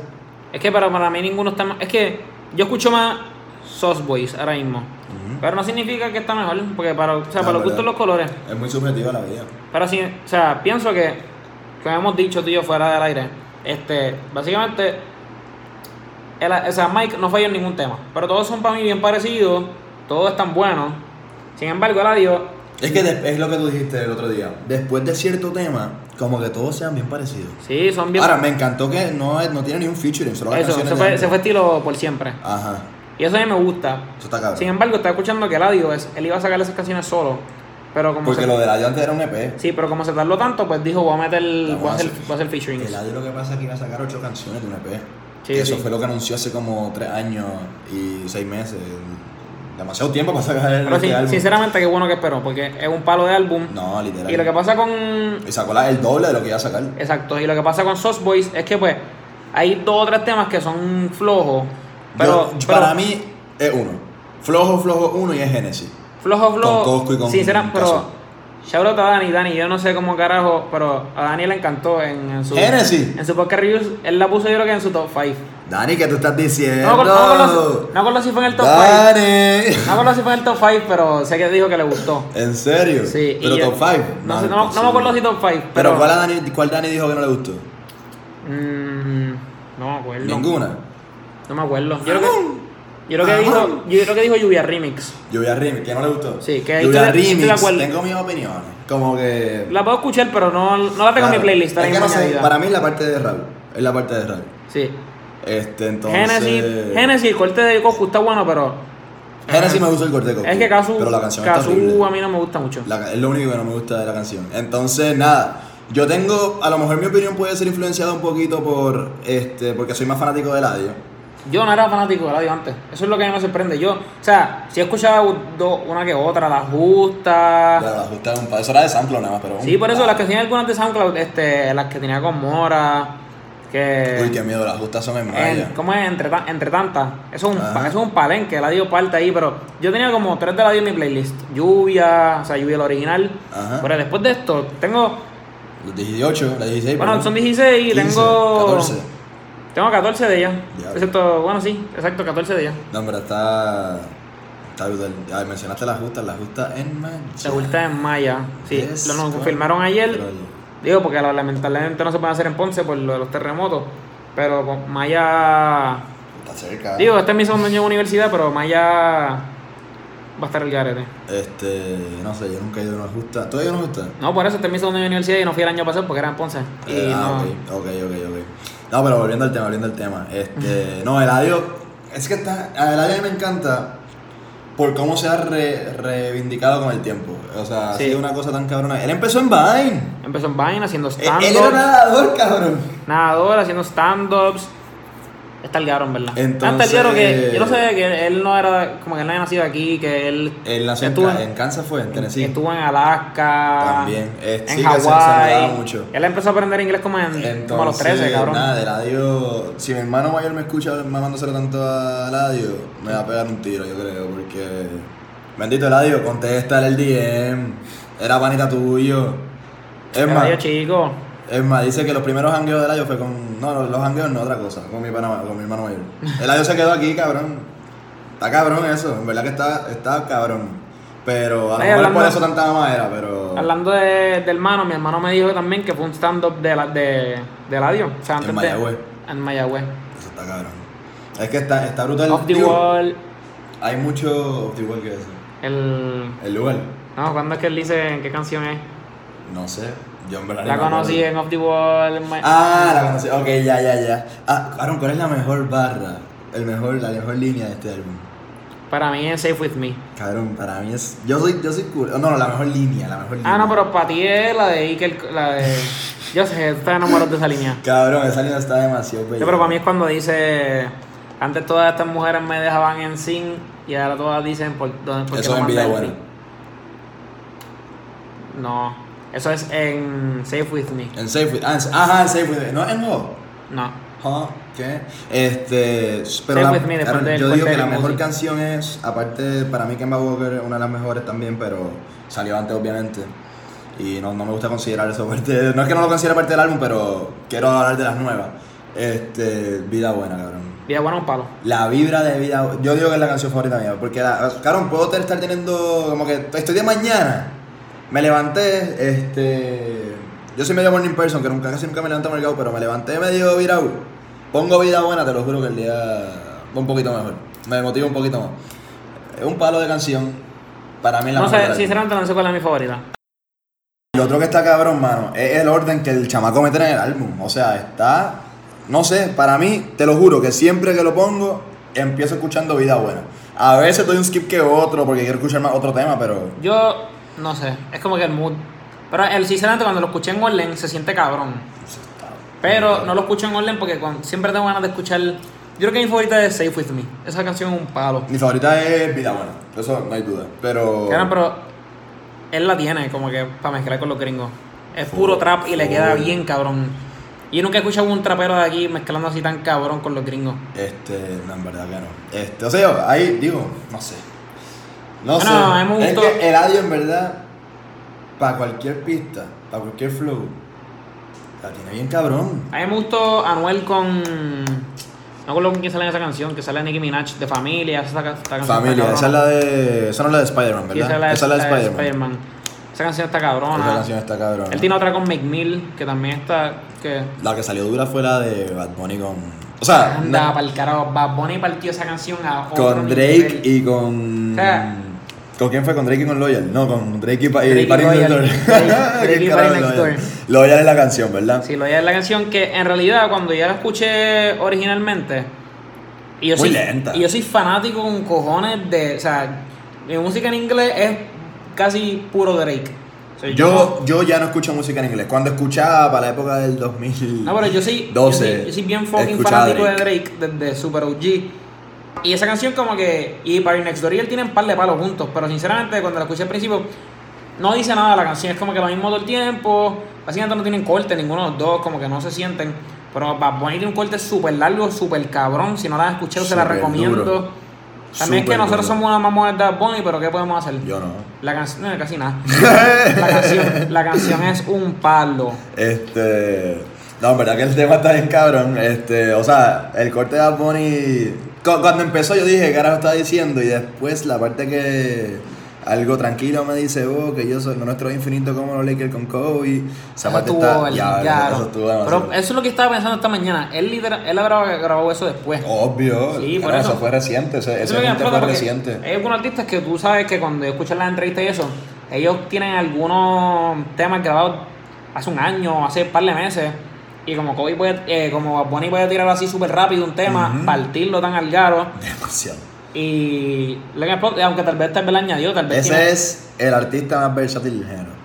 [SPEAKER 1] es que para, para mí ninguno está más... Es que yo escucho más Sos Boys ahora mismo. Pero no significa que está mejor, porque para, o sea,
[SPEAKER 2] No,
[SPEAKER 1] para los
[SPEAKER 2] verdad.
[SPEAKER 1] gustos los colores.
[SPEAKER 2] Es muy subjetiva la vida.
[SPEAKER 1] Pero sí, o sea, pienso que, como hemos dicho tú y yo fuera del aire, este, básicamente, el- o sea, Mike no falló en ningún tema, pero todos son para mí bien parecidos, todos están buenos. Sin embargo, Eladio,
[SPEAKER 2] Es que de- es lo que tú dijiste el otro día. Después de cierto tema, como que todos sean bien parecidos.
[SPEAKER 1] sí, son bien.
[SPEAKER 2] Ahora, me encantó que no, es- no tiene ni un featuring, solo las
[SPEAKER 1] eso,
[SPEAKER 2] canciones
[SPEAKER 1] se
[SPEAKER 2] de
[SPEAKER 1] fue, se
[SPEAKER 2] él.
[SPEAKER 1] fue estilo por siempre.
[SPEAKER 2] Ajá,
[SPEAKER 1] Y eso a mí me gusta.
[SPEAKER 2] eso está cabrón.
[SPEAKER 1] Sin embargo, estaba escuchando que Eladio, es, él iba a sacar esas canciones solo, pero como
[SPEAKER 2] Porque
[SPEAKER 1] se,
[SPEAKER 2] lo de la de antes era un E EP.
[SPEAKER 1] sí, pero como se tardó tanto, pues dijo, voy a meter,
[SPEAKER 2] Vamos
[SPEAKER 1] voy a
[SPEAKER 2] a
[SPEAKER 1] hacer,
[SPEAKER 2] hacer-
[SPEAKER 1] voy a hacer featuring.
[SPEAKER 2] El audio lo que pasa es que iba a sacar ocho canciones de un EP.
[SPEAKER 1] Sí,
[SPEAKER 2] Que eso
[SPEAKER 1] sí.
[SPEAKER 2] fue lo que anunció hace como tres años y seis meses. Demasiado tiempo para sacar el
[SPEAKER 1] Pero sí,
[SPEAKER 2] álbum.
[SPEAKER 1] sinceramente, qué bueno que esperó, porque es un palo de álbum.
[SPEAKER 2] No, literal.
[SPEAKER 1] Y lo que pasa con.
[SPEAKER 2] Y sacó la- el doble de lo que iba a sacar.
[SPEAKER 1] Exacto. Y lo que pasa con Sauce Boys es que, pues, hay dos o tres temas que son flojos. Pero.
[SPEAKER 2] Yo-
[SPEAKER 1] pero
[SPEAKER 2] para mí es uno. Flojo, flojo, uno y es Genesis.
[SPEAKER 1] Flojo, flojo.
[SPEAKER 2] con Coscu y con
[SPEAKER 1] sinceramente,
[SPEAKER 2] Casu.
[SPEAKER 1] pero. Shout out a Dani, Dani, yo no sé cómo carajo, pero a Dani le encantó en, en su.
[SPEAKER 2] Genesis.
[SPEAKER 1] En su podcast reviews, él la puso yo creo que en su top 5.
[SPEAKER 2] Dani, ¿qué tú estás diciendo?
[SPEAKER 1] No, me acuerdo- no, me acuerdo- no me acuerdo si fue en el top 5.
[SPEAKER 2] Dani.
[SPEAKER 1] No
[SPEAKER 2] *laughs*
[SPEAKER 1] me acuerdo si fue en el top 5, pero sé que dijo que le gustó.
[SPEAKER 2] ¿En serio?
[SPEAKER 1] Sí, y
[SPEAKER 2] Pero
[SPEAKER 1] yo-
[SPEAKER 2] top 5.
[SPEAKER 1] No, sé, no, no me acuerdo si top 5, pero.
[SPEAKER 2] Pero ¿cuál, a Dani, ¿cuál Dani dijo que no le gustó?
[SPEAKER 1] Mm, no me acuerdo.
[SPEAKER 2] Ninguna.
[SPEAKER 1] No me acuerdo. Yo creo que,
[SPEAKER 2] Ah.
[SPEAKER 1] yo creo que dijo, yo creo que dijo Lluvia Remix.
[SPEAKER 2] Lluvia Remix, ¿qué no le gustó?
[SPEAKER 1] Sí, que ahí
[SPEAKER 2] Lluvia
[SPEAKER 1] estoy de- estoy de
[SPEAKER 2] Remix,
[SPEAKER 1] acuerdo.
[SPEAKER 2] tengo mis opiniones. Como que.
[SPEAKER 1] La puedo escuchar, pero no, no la tengo en mi
[SPEAKER 2] Claro,
[SPEAKER 1] playlist. ahora
[SPEAKER 2] es que
[SPEAKER 1] mismo
[SPEAKER 2] no sé,
[SPEAKER 1] añadida.
[SPEAKER 2] para mí es la parte de rap. Es la parte de rap.
[SPEAKER 1] Sí.
[SPEAKER 2] Este, entonces.
[SPEAKER 1] Genesis, Genesis, el corte de Goku está bueno, pero
[SPEAKER 2] Genesis me gusta el corte de Goku,
[SPEAKER 1] es que Kazu,
[SPEAKER 2] Pero la canción está
[SPEAKER 1] Kazu
[SPEAKER 2] horrible.
[SPEAKER 1] a mí no me gusta mucho.
[SPEAKER 2] La- es lo único que no me gusta de la canción. Entonces, nada. Yo tengo, a lo mejor mi opinión puede ser influenciada un poquito por, este, porque soy más fanático de Eladio.
[SPEAKER 1] Yo no era fanático de radio antes. Eso es lo que a mí me sorprende. Yo, o sea, si he escuchado dos- una que otra, la justa.
[SPEAKER 2] Pero la justa es un pa- eso era de Samplo nada más, pero.
[SPEAKER 1] Ah. Sí, por eso las que tenía algunas de SoundCloud, este, las que tenía con Mora, que.
[SPEAKER 2] Uy, qué miedo, las justas son en
[SPEAKER 1] En-
[SPEAKER 2] Maya.
[SPEAKER 1] ¿Cómo es? Entre, ta- entre tantas. Eso es, un,
[SPEAKER 2] Ajá.
[SPEAKER 1] pa- eso es un palenque, la dio parte ahí, pero yo tenía como tres de la dio en mi playlist. Lluvia, o sea, lluvia el original.
[SPEAKER 2] Ajá.
[SPEAKER 1] Pero después de esto, tengo.
[SPEAKER 2] Los 18, las 16.
[SPEAKER 1] Bueno,
[SPEAKER 2] perdón.
[SPEAKER 1] son 16 y
[SPEAKER 2] 15,
[SPEAKER 1] tengo.
[SPEAKER 2] 14.
[SPEAKER 1] Tengo 14 de ellas.
[SPEAKER 2] Diablo.
[SPEAKER 1] Excepto, bueno, sí, exacto, 14 de ellas.
[SPEAKER 2] No, hombre, está. Está brutal. Ay, mencionaste las justas, las justas en Maya.
[SPEAKER 1] Se gusta en Maya. Sí,
[SPEAKER 2] Yes,
[SPEAKER 1] lo nos
[SPEAKER 2] claro.
[SPEAKER 1] confirmaron ayer.
[SPEAKER 2] Pero, oye,
[SPEAKER 1] Digo, porque la- lamentablemente no se pueden hacer en Ponce por lo de los terremotos. Pero con Maya.
[SPEAKER 2] Está cerca.
[SPEAKER 1] Digo, este es mi segundo año de universidad, pero Maya. Va a estar el garete.
[SPEAKER 2] Este, no sé, yo nunca he ido a una justa. ¿Tú has ido a una justa?
[SPEAKER 1] No, por eso terminé segundo año de universidad y no fui el año pasado porque era en Ponce. Y
[SPEAKER 2] Eh,
[SPEAKER 1] no.
[SPEAKER 2] ah, ok, ok, ok, ok. No, pero volviendo al tema, volviendo al tema. Este, no, Eladio, es que está, a Eladio a mí me encanta por cómo se ha re- reivindicado con el tiempo. O sea, ha
[SPEAKER 1] Sí.
[SPEAKER 2] sido una cosa tan cabrona. Él empezó en Vine.
[SPEAKER 1] Empezó en Vine haciendo
[SPEAKER 2] Él, él Eh, era
[SPEAKER 1] stand-ups,
[SPEAKER 2] nadador, cabrón.
[SPEAKER 1] nadador, haciendo stand-ups. Está el garo, en verdad.
[SPEAKER 2] Entonces-
[SPEAKER 1] Está el garo que yo no sé que él no era, como que él no había nacido aquí, que él
[SPEAKER 2] Él nació en,
[SPEAKER 1] Estuvo
[SPEAKER 2] Ca-
[SPEAKER 1] en-
[SPEAKER 2] en Kansas, fue en Tennessee.
[SPEAKER 1] estuvo en Alaska.
[SPEAKER 2] También, eh, sí,
[SPEAKER 1] en
[SPEAKER 2] que se- se
[SPEAKER 1] Hawái.
[SPEAKER 2] mudaba mucho.
[SPEAKER 1] Él empezó a aprender inglés como, en, como a los 13, cabrón.
[SPEAKER 2] Nada, Eladio. Si mi hermano mayor me escucha mamándoselo tanto a Eladio, me va a pegar un tiro, yo creo, porque. Bendito Eladio, contesta el DM. Era panita tuyo. Es
[SPEAKER 1] Pero,
[SPEAKER 2] más,
[SPEAKER 1] adiós, chico.
[SPEAKER 2] Es más, dice que los primeros hangueos del año fue con. No, los hangueos no, otra cosa, con mi, pana- con mi hermano
[SPEAKER 1] *laughs*
[SPEAKER 2] mayor. El año se quedó aquí, cabrón. Está cabrón eso, en verdad que está, está cabrón. Pero a lo
[SPEAKER 1] Ahí
[SPEAKER 2] mejor
[SPEAKER 1] hablando-
[SPEAKER 2] por eso tanta mamadera, pero.
[SPEAKER 1] Hablando de, del hermano, mi hermano me dijo también que fue un stand-up de, la, de, de Eladio. O sea, antes
[SPEAKER 2] En
[SPEAKER 1] de-
[SPEAKER 2] Mayagüez.
[SPEAKER 1] En Mayagüez.
[SPEAKER 2] Eso está cabrón. Es que está, está brutal.
[SPEAKER 1] Off the
[SPEAKER 2] Digo,
[SPEAKER 1] wall.
[SPEAKER 2] Hay mucho off the wall que eso.
[SPEAKER 1] El.
[SPEAKER 2] El lugar.
[SPEAKER 1] No, ¿cuándo es que él dice en qué canción es?
[SPEAKER 2] No sé. Yo en verdad
[SPEAKER 1] La
[SPEAKER 2] no me acuerdo.
[SPEAKER 1] conocí en Off the Wall. en May-
[SPEAKER 2] Ah, la conocí. Ok, ya, ya, ya. Ah, Aaron, ¿cuál es la mejor barra? El mejor, la mejor línea de este álbum.
[SPEAKER 1] Para mí es Safe With Me.
[SPEAKER 2] Cabrón, para mí es. Yo soy, yo soy cool. Oh, no, no, la mejor línea, la mejor línea.
[SPEAKER 1] Ah, no, pero para ti es la de Iker. La
[SPEAKER 2] *laughs*
[SPEAKER 1] de. Yo sé, estás enamorado de esa línea.
[SPEAKER 2] Cabrón, esa línea está demasiado bella.
[SPEAKER 1] Sí, pero para mí es cuando dice. Antes todas estas mujeres me dejaban en sin y ahora todas dicen por dónde por qué
[SPEAKER 2] Eso
[SPEAKER 1] no
[SPEAKER 2] es en Vida
[SPEAKER 1] mandaste?".
[SPEAKER 2] Buena.
[SPEAKER 1] No, eso es en Safe With Me.
[SPEAKER 2] En Safe With. Ah, en, ajá, en Safe With. No, en nuevo.
[SPEAKER 1] No.
[SPEAKER 2] Huh, ¿Qué? Este. Pero
[SPEAKER 1] Safe
[SPEAKER 2] la-
[SPEAKER 1] With Me de
[SPEAKER 2] Aaron,
[SPEAKER 1] parte del
[SPEAKER 2] yo digo que la
[SPEAKER 1] Cocktail
[SPEAKER 2] mejor
[SPEAKER 1] Music.
[SPEAKER 2] canción es. Aparte, para mí, Kemba Walker es una de las mejores también, pero salió antes, obviamente. Y no, no me gusta considerar eso parte. No es que no lo considere parte del álbum, pero quiero hablar de las nuevas. Este. Vida buena, cabrón.
[SPEAKER 1] Vida buena un palo.
[SPEAKER 2] La vibra de vida. Yo digo que es la canción favorita mía. Porque, la, cabrón, puedo te- estar teniendo. Como que estoy de mañana. Me levanté, este. Yo soy medio morning person, que nunca, casi nunca me levanto mercado, pero me levanté medio virado. Pongo vida buena, te lo juro que el día va un poquito mejor. Me motiva un poquito más. Es un palo de canción. Para mí es la
[SPEAKER 1] No
[SPEAKER 2] mejor
[SPEAKER 1] sé,
[SPEAKER 2] del álbum.
[SPEAKER 1] sinceramente no sé cuál es mi favorita.
[SPEAKER 2] Lo otro que está cabrón, mano, es el orden que el chamaco mete en el álbum. O sea, está. No sé, para mí, te lo juro, que siempre que lo pongo, empiezo escuchando Vida Buena. A veces doy un skip que otro porque quiero escuchar más otro tema, pero.
[SPEAKER 1] Yo no sé, es como que el mood. Pero el sinceramente cuando lo escuché en orden se siente cabrón. Pero no lo escucho en orden porque cuando- siempre tengo ganas de escuchar. Yo creo que mi favorita es Safe With Me. Esa canción es un palo.
[SPEAKER 2] Mi favorita es Vida Buena, eso no hay duda. Pero.
[SPEAKER 1] Claro, pero él la tiene como que para mezclar con los gringos. Es puro
[SPEAKER 2] Full,
[SPEAKER 1] trap y le queda
[SPEAKER 2] full.
[SPEAKER 1] bien cabrón. Y nunca he escuchado un trapero de aquí mezclando así tan cabrón con los gringos.
[SPEAKER 2] Este, no, en verdad que no. Este, o sea, yo ahí digo, no sé. No,
[SPEAKER 1] No,
[SPEAKER 2] sé.
[SPEAKER 1] no, a mí me
[SPEAKER 2] es
[SPEAKER 1] gustó.
[SPEAKER 2] que el audio en verdad, para cualquier pista, para cualquier flow, la tiene bien cabrón.
[SPEAKER 1] A mí me gustó Anuel con. No recuerdo con quién sale en esa canción, que sale Nicki Minaj de familia. Esa, esa canción está
[SPEAKER 2] Familia,
[SPEAKER 1] cabrona.
[SPEAKER 2] esa es la de. Esa no es la de Spider-Man,
[SPEAKER 1] Sí,
[SPEAKER 2] ¿verdad?
[SPEAKER 1] esa es la,
[SPEAKER 2] esa es la de Spider-Man.
[SPEAKER 1] Spider-Man. Esa canción está
[SPEAKER 2] Esa
[SPEAKER 1] cabrona.
[SPEAKER 2] canción está cabrón.
[SPEAKER 1] Él tiene otra con McMill, que también está. Que
[SPEAKER 2] La que salió dura fue la de Bad Bunny con. O sea,
[SPEAKER 1] anda
[SPEAKER 2] na-
[SPEAKER 1] para el carajo. Bad Bunny partió esa canción a otro
[SPEAKER 2] con Drake
[SPEAKER 1] nivel.
[SPEAKER 2] y con.
[SPEAKER 1] O sea-
[SPEAKER 2] ¿Con quién fue? ¿Con Drake y con Loyal? No, con Drake y, pa
[SPEAKER 1] Drake
[SPEAKER 2] y
[SPEAKER 1] y
[SPEAKER 2] Party
[SPEAKER 1] Loyal.
[SPEAKER 2] Next Door.
[SPEAKER 1] Drake-
[SPEAKER 2] *laughs*
[SPEAKER 1] Drake
[SPEAKER 2] Qué
[SPEAKER 1] y Party
[SPEAKER 2] carajo es
[SPEAKER 1] Next
[SPEAKER 2] Loyal.
[SPEAKER 1] Door.
[SPEAKER 2] Loyal es la canción, ¿verdad?
[SPEAKER 1] Sí, lo ya es la canción que en realidad cuando ya la escuché originalmente. Y yo
[SPEAKER 2] Muy
[SPEAKER 1] soy,
[SPEAKER 2] lenta.
[SPEAKER 1] Y yo soy fanático con cojones de. O sea, mi música en inglés es casi puro Drake. O sea,
[SPEAKER 2] Yo, yo ya no escucho música en inglés. Cuando escuchaba para la época del 2000.
[SPEAKER 1] No, pero Ah, yo sí, yo
[SPEAKER 2] 12,
[SPEAKER 1] sí, yo sí bien fucking
[SPEAKER 2] escuchaba
[SPEAKER 1] fanático
[SPEAKER 2] Drake.
[SPEAKER 1] de Drake desde Super OG. Y esa canción como que... Y Party Next Door y él tienen par de palos juntos, pero sinceramente cuando la escuché al principio no dice nada la canción, es como que lo mismo todo el tiempo. Básicamente no tienen corte ninguno de los dos, como que no se sienten. Pero Bad Bunny tiene un corte súper largo, súper cabrón. Si no la han escuchado, se la
[SPEAKER 2] Súper
[SPEAKER 1] recomiendo.
[SPEAKER 2] duro.
[SPEAKER 1] También es que
[SPEAKER 2] Súper
[SPEAKER 1] nosotros
[SPEAKER 2] duro.
[SPEAKER 1] somos una mamona de Bad Bunny, pero ¿qué podemos hacer?
[SPEAKER 2] Yo no.
[SPEAKER 1] La canción... No, casi
[SPEAKER 2] *laughs*
[SPEAKER 1] nada. la, canción, la canción es un palo.
[SPEAKER 2] Este. No, en verdad que el tema está bien cabrón. Este, o sea, el corte de Bad Bunny. cu- Cuando empezó yo dije, carajo está diciendo. Y después la parte que algo tranquilo me dice, oh, que yo soy nuestro infinito como los Lakers con Kobe. Esa parte
[SPEAKER 1] Eso estuvo
[SPEAKER 2] está.
[SPEAKER 1] el
[SPEAKER 2] Ya,
[SPEAKER 1] diablo.
[SPEAKER 2] eso estuvo
[SPEAKER 1] Pero
[SPEAKER 2] demasiado.
[SPEAKER 1] eso es lo que estaba pensando esta mañana. Él, literal- él habrá grabado eso después.
[SPEAKER 2] Obvio.
[SPEAKER 1] Sí, por
[SPEAKER 2] carajo,
[SPEAKER 1] eso.
[SPEAKER 2] eso. fue reciente. Ese,
[SPEAKER 1] Eso
[SPEAKER 2] Oh, ese
[SPEAKER 1] es lo que me
[SPEAKER 2] junte
[SPEAKER 1] explota
[SPEAKER 2] fue
[SPEAKER 1] porque eh,
[SPEAKER 2] reciente.
[SPEAKER 1] Hay algunos artistas que tú sabes que cuando escuchas las entrevistas y eso, ellos tienen algunos temas grabados hace un año, hace un par de meses. Y como Kobe puede, eh, como Bad Bunny puede tirar así súper rápido un tema,
[SPEAKER 2] Ujú.
[SPEAKER 1] partirlo tan al garo.
[SPEAKER 2] Demasiado.
[SPEAKER 1] Y lo que me explota, aunque tal vez tal vez le añadió, tal vez. tiene-
[SPEAKER 2] Ese es el artista más versátil del género.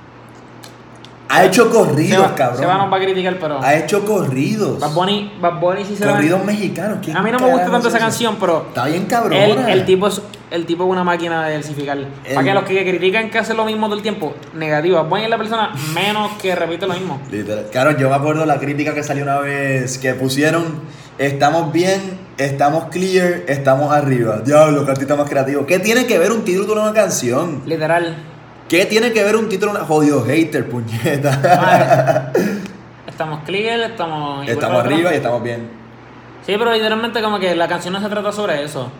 [SPEAKER 2] Ha hecho corridos,
[SPEAKER 1] Seba-
[SPEAKER 2] cabrón.
[SPEAKER 1] Seba nos va a criticar, pero.
[SPEAKER 2] Ha hecho corridos.
[SPEAKER 1] Bad Bunny, Bad Bunny sinceramente.
[SPEAKER 2] Corridos mexicanos. ¿qué
[SPEAKER 1] A mí no me gusta
[SPEAKER 2] carajo
[SPEAKER 1] tanto
[SPEAKER 2] es
[SPEAKER 1] esa
[SPEAKER 2] eso?
[SPEAKER 1] canción, pero
[SPEAKER 2] Está bien cabrón.
[SPEAKER 1] el, el tipo es el tipo es una máquina de diversificar. Para
[SPEAKER 2] El-
[SPEAKER 1] que los que critican que hace lo mismo todo el tiempo, negativo. Bad Bunny es la persona menos que repite lo mismo.
[SPEAKER 2] Literal. Claro, yo me acuerdo la crítica que salió una vez que pusieron: estamos bien, estamos clear, estamos arriba. Diablo, qué artista más creativo. ¿Qué tiene que ver un título de una canción? *laughs*
[SPEAKER 1] Literal.
[SPEAKER 2] ¿Qué tiene que ver un título de una. Jodido hater, puñeta.
[SPEAKER 1] Madre. estamos clear, estamos...
[SPEAKER 2] Estamos arriba y estamos bien.
[SPEAKER 1] Sí, pero literalmente como que la canción no se trata sobre eso.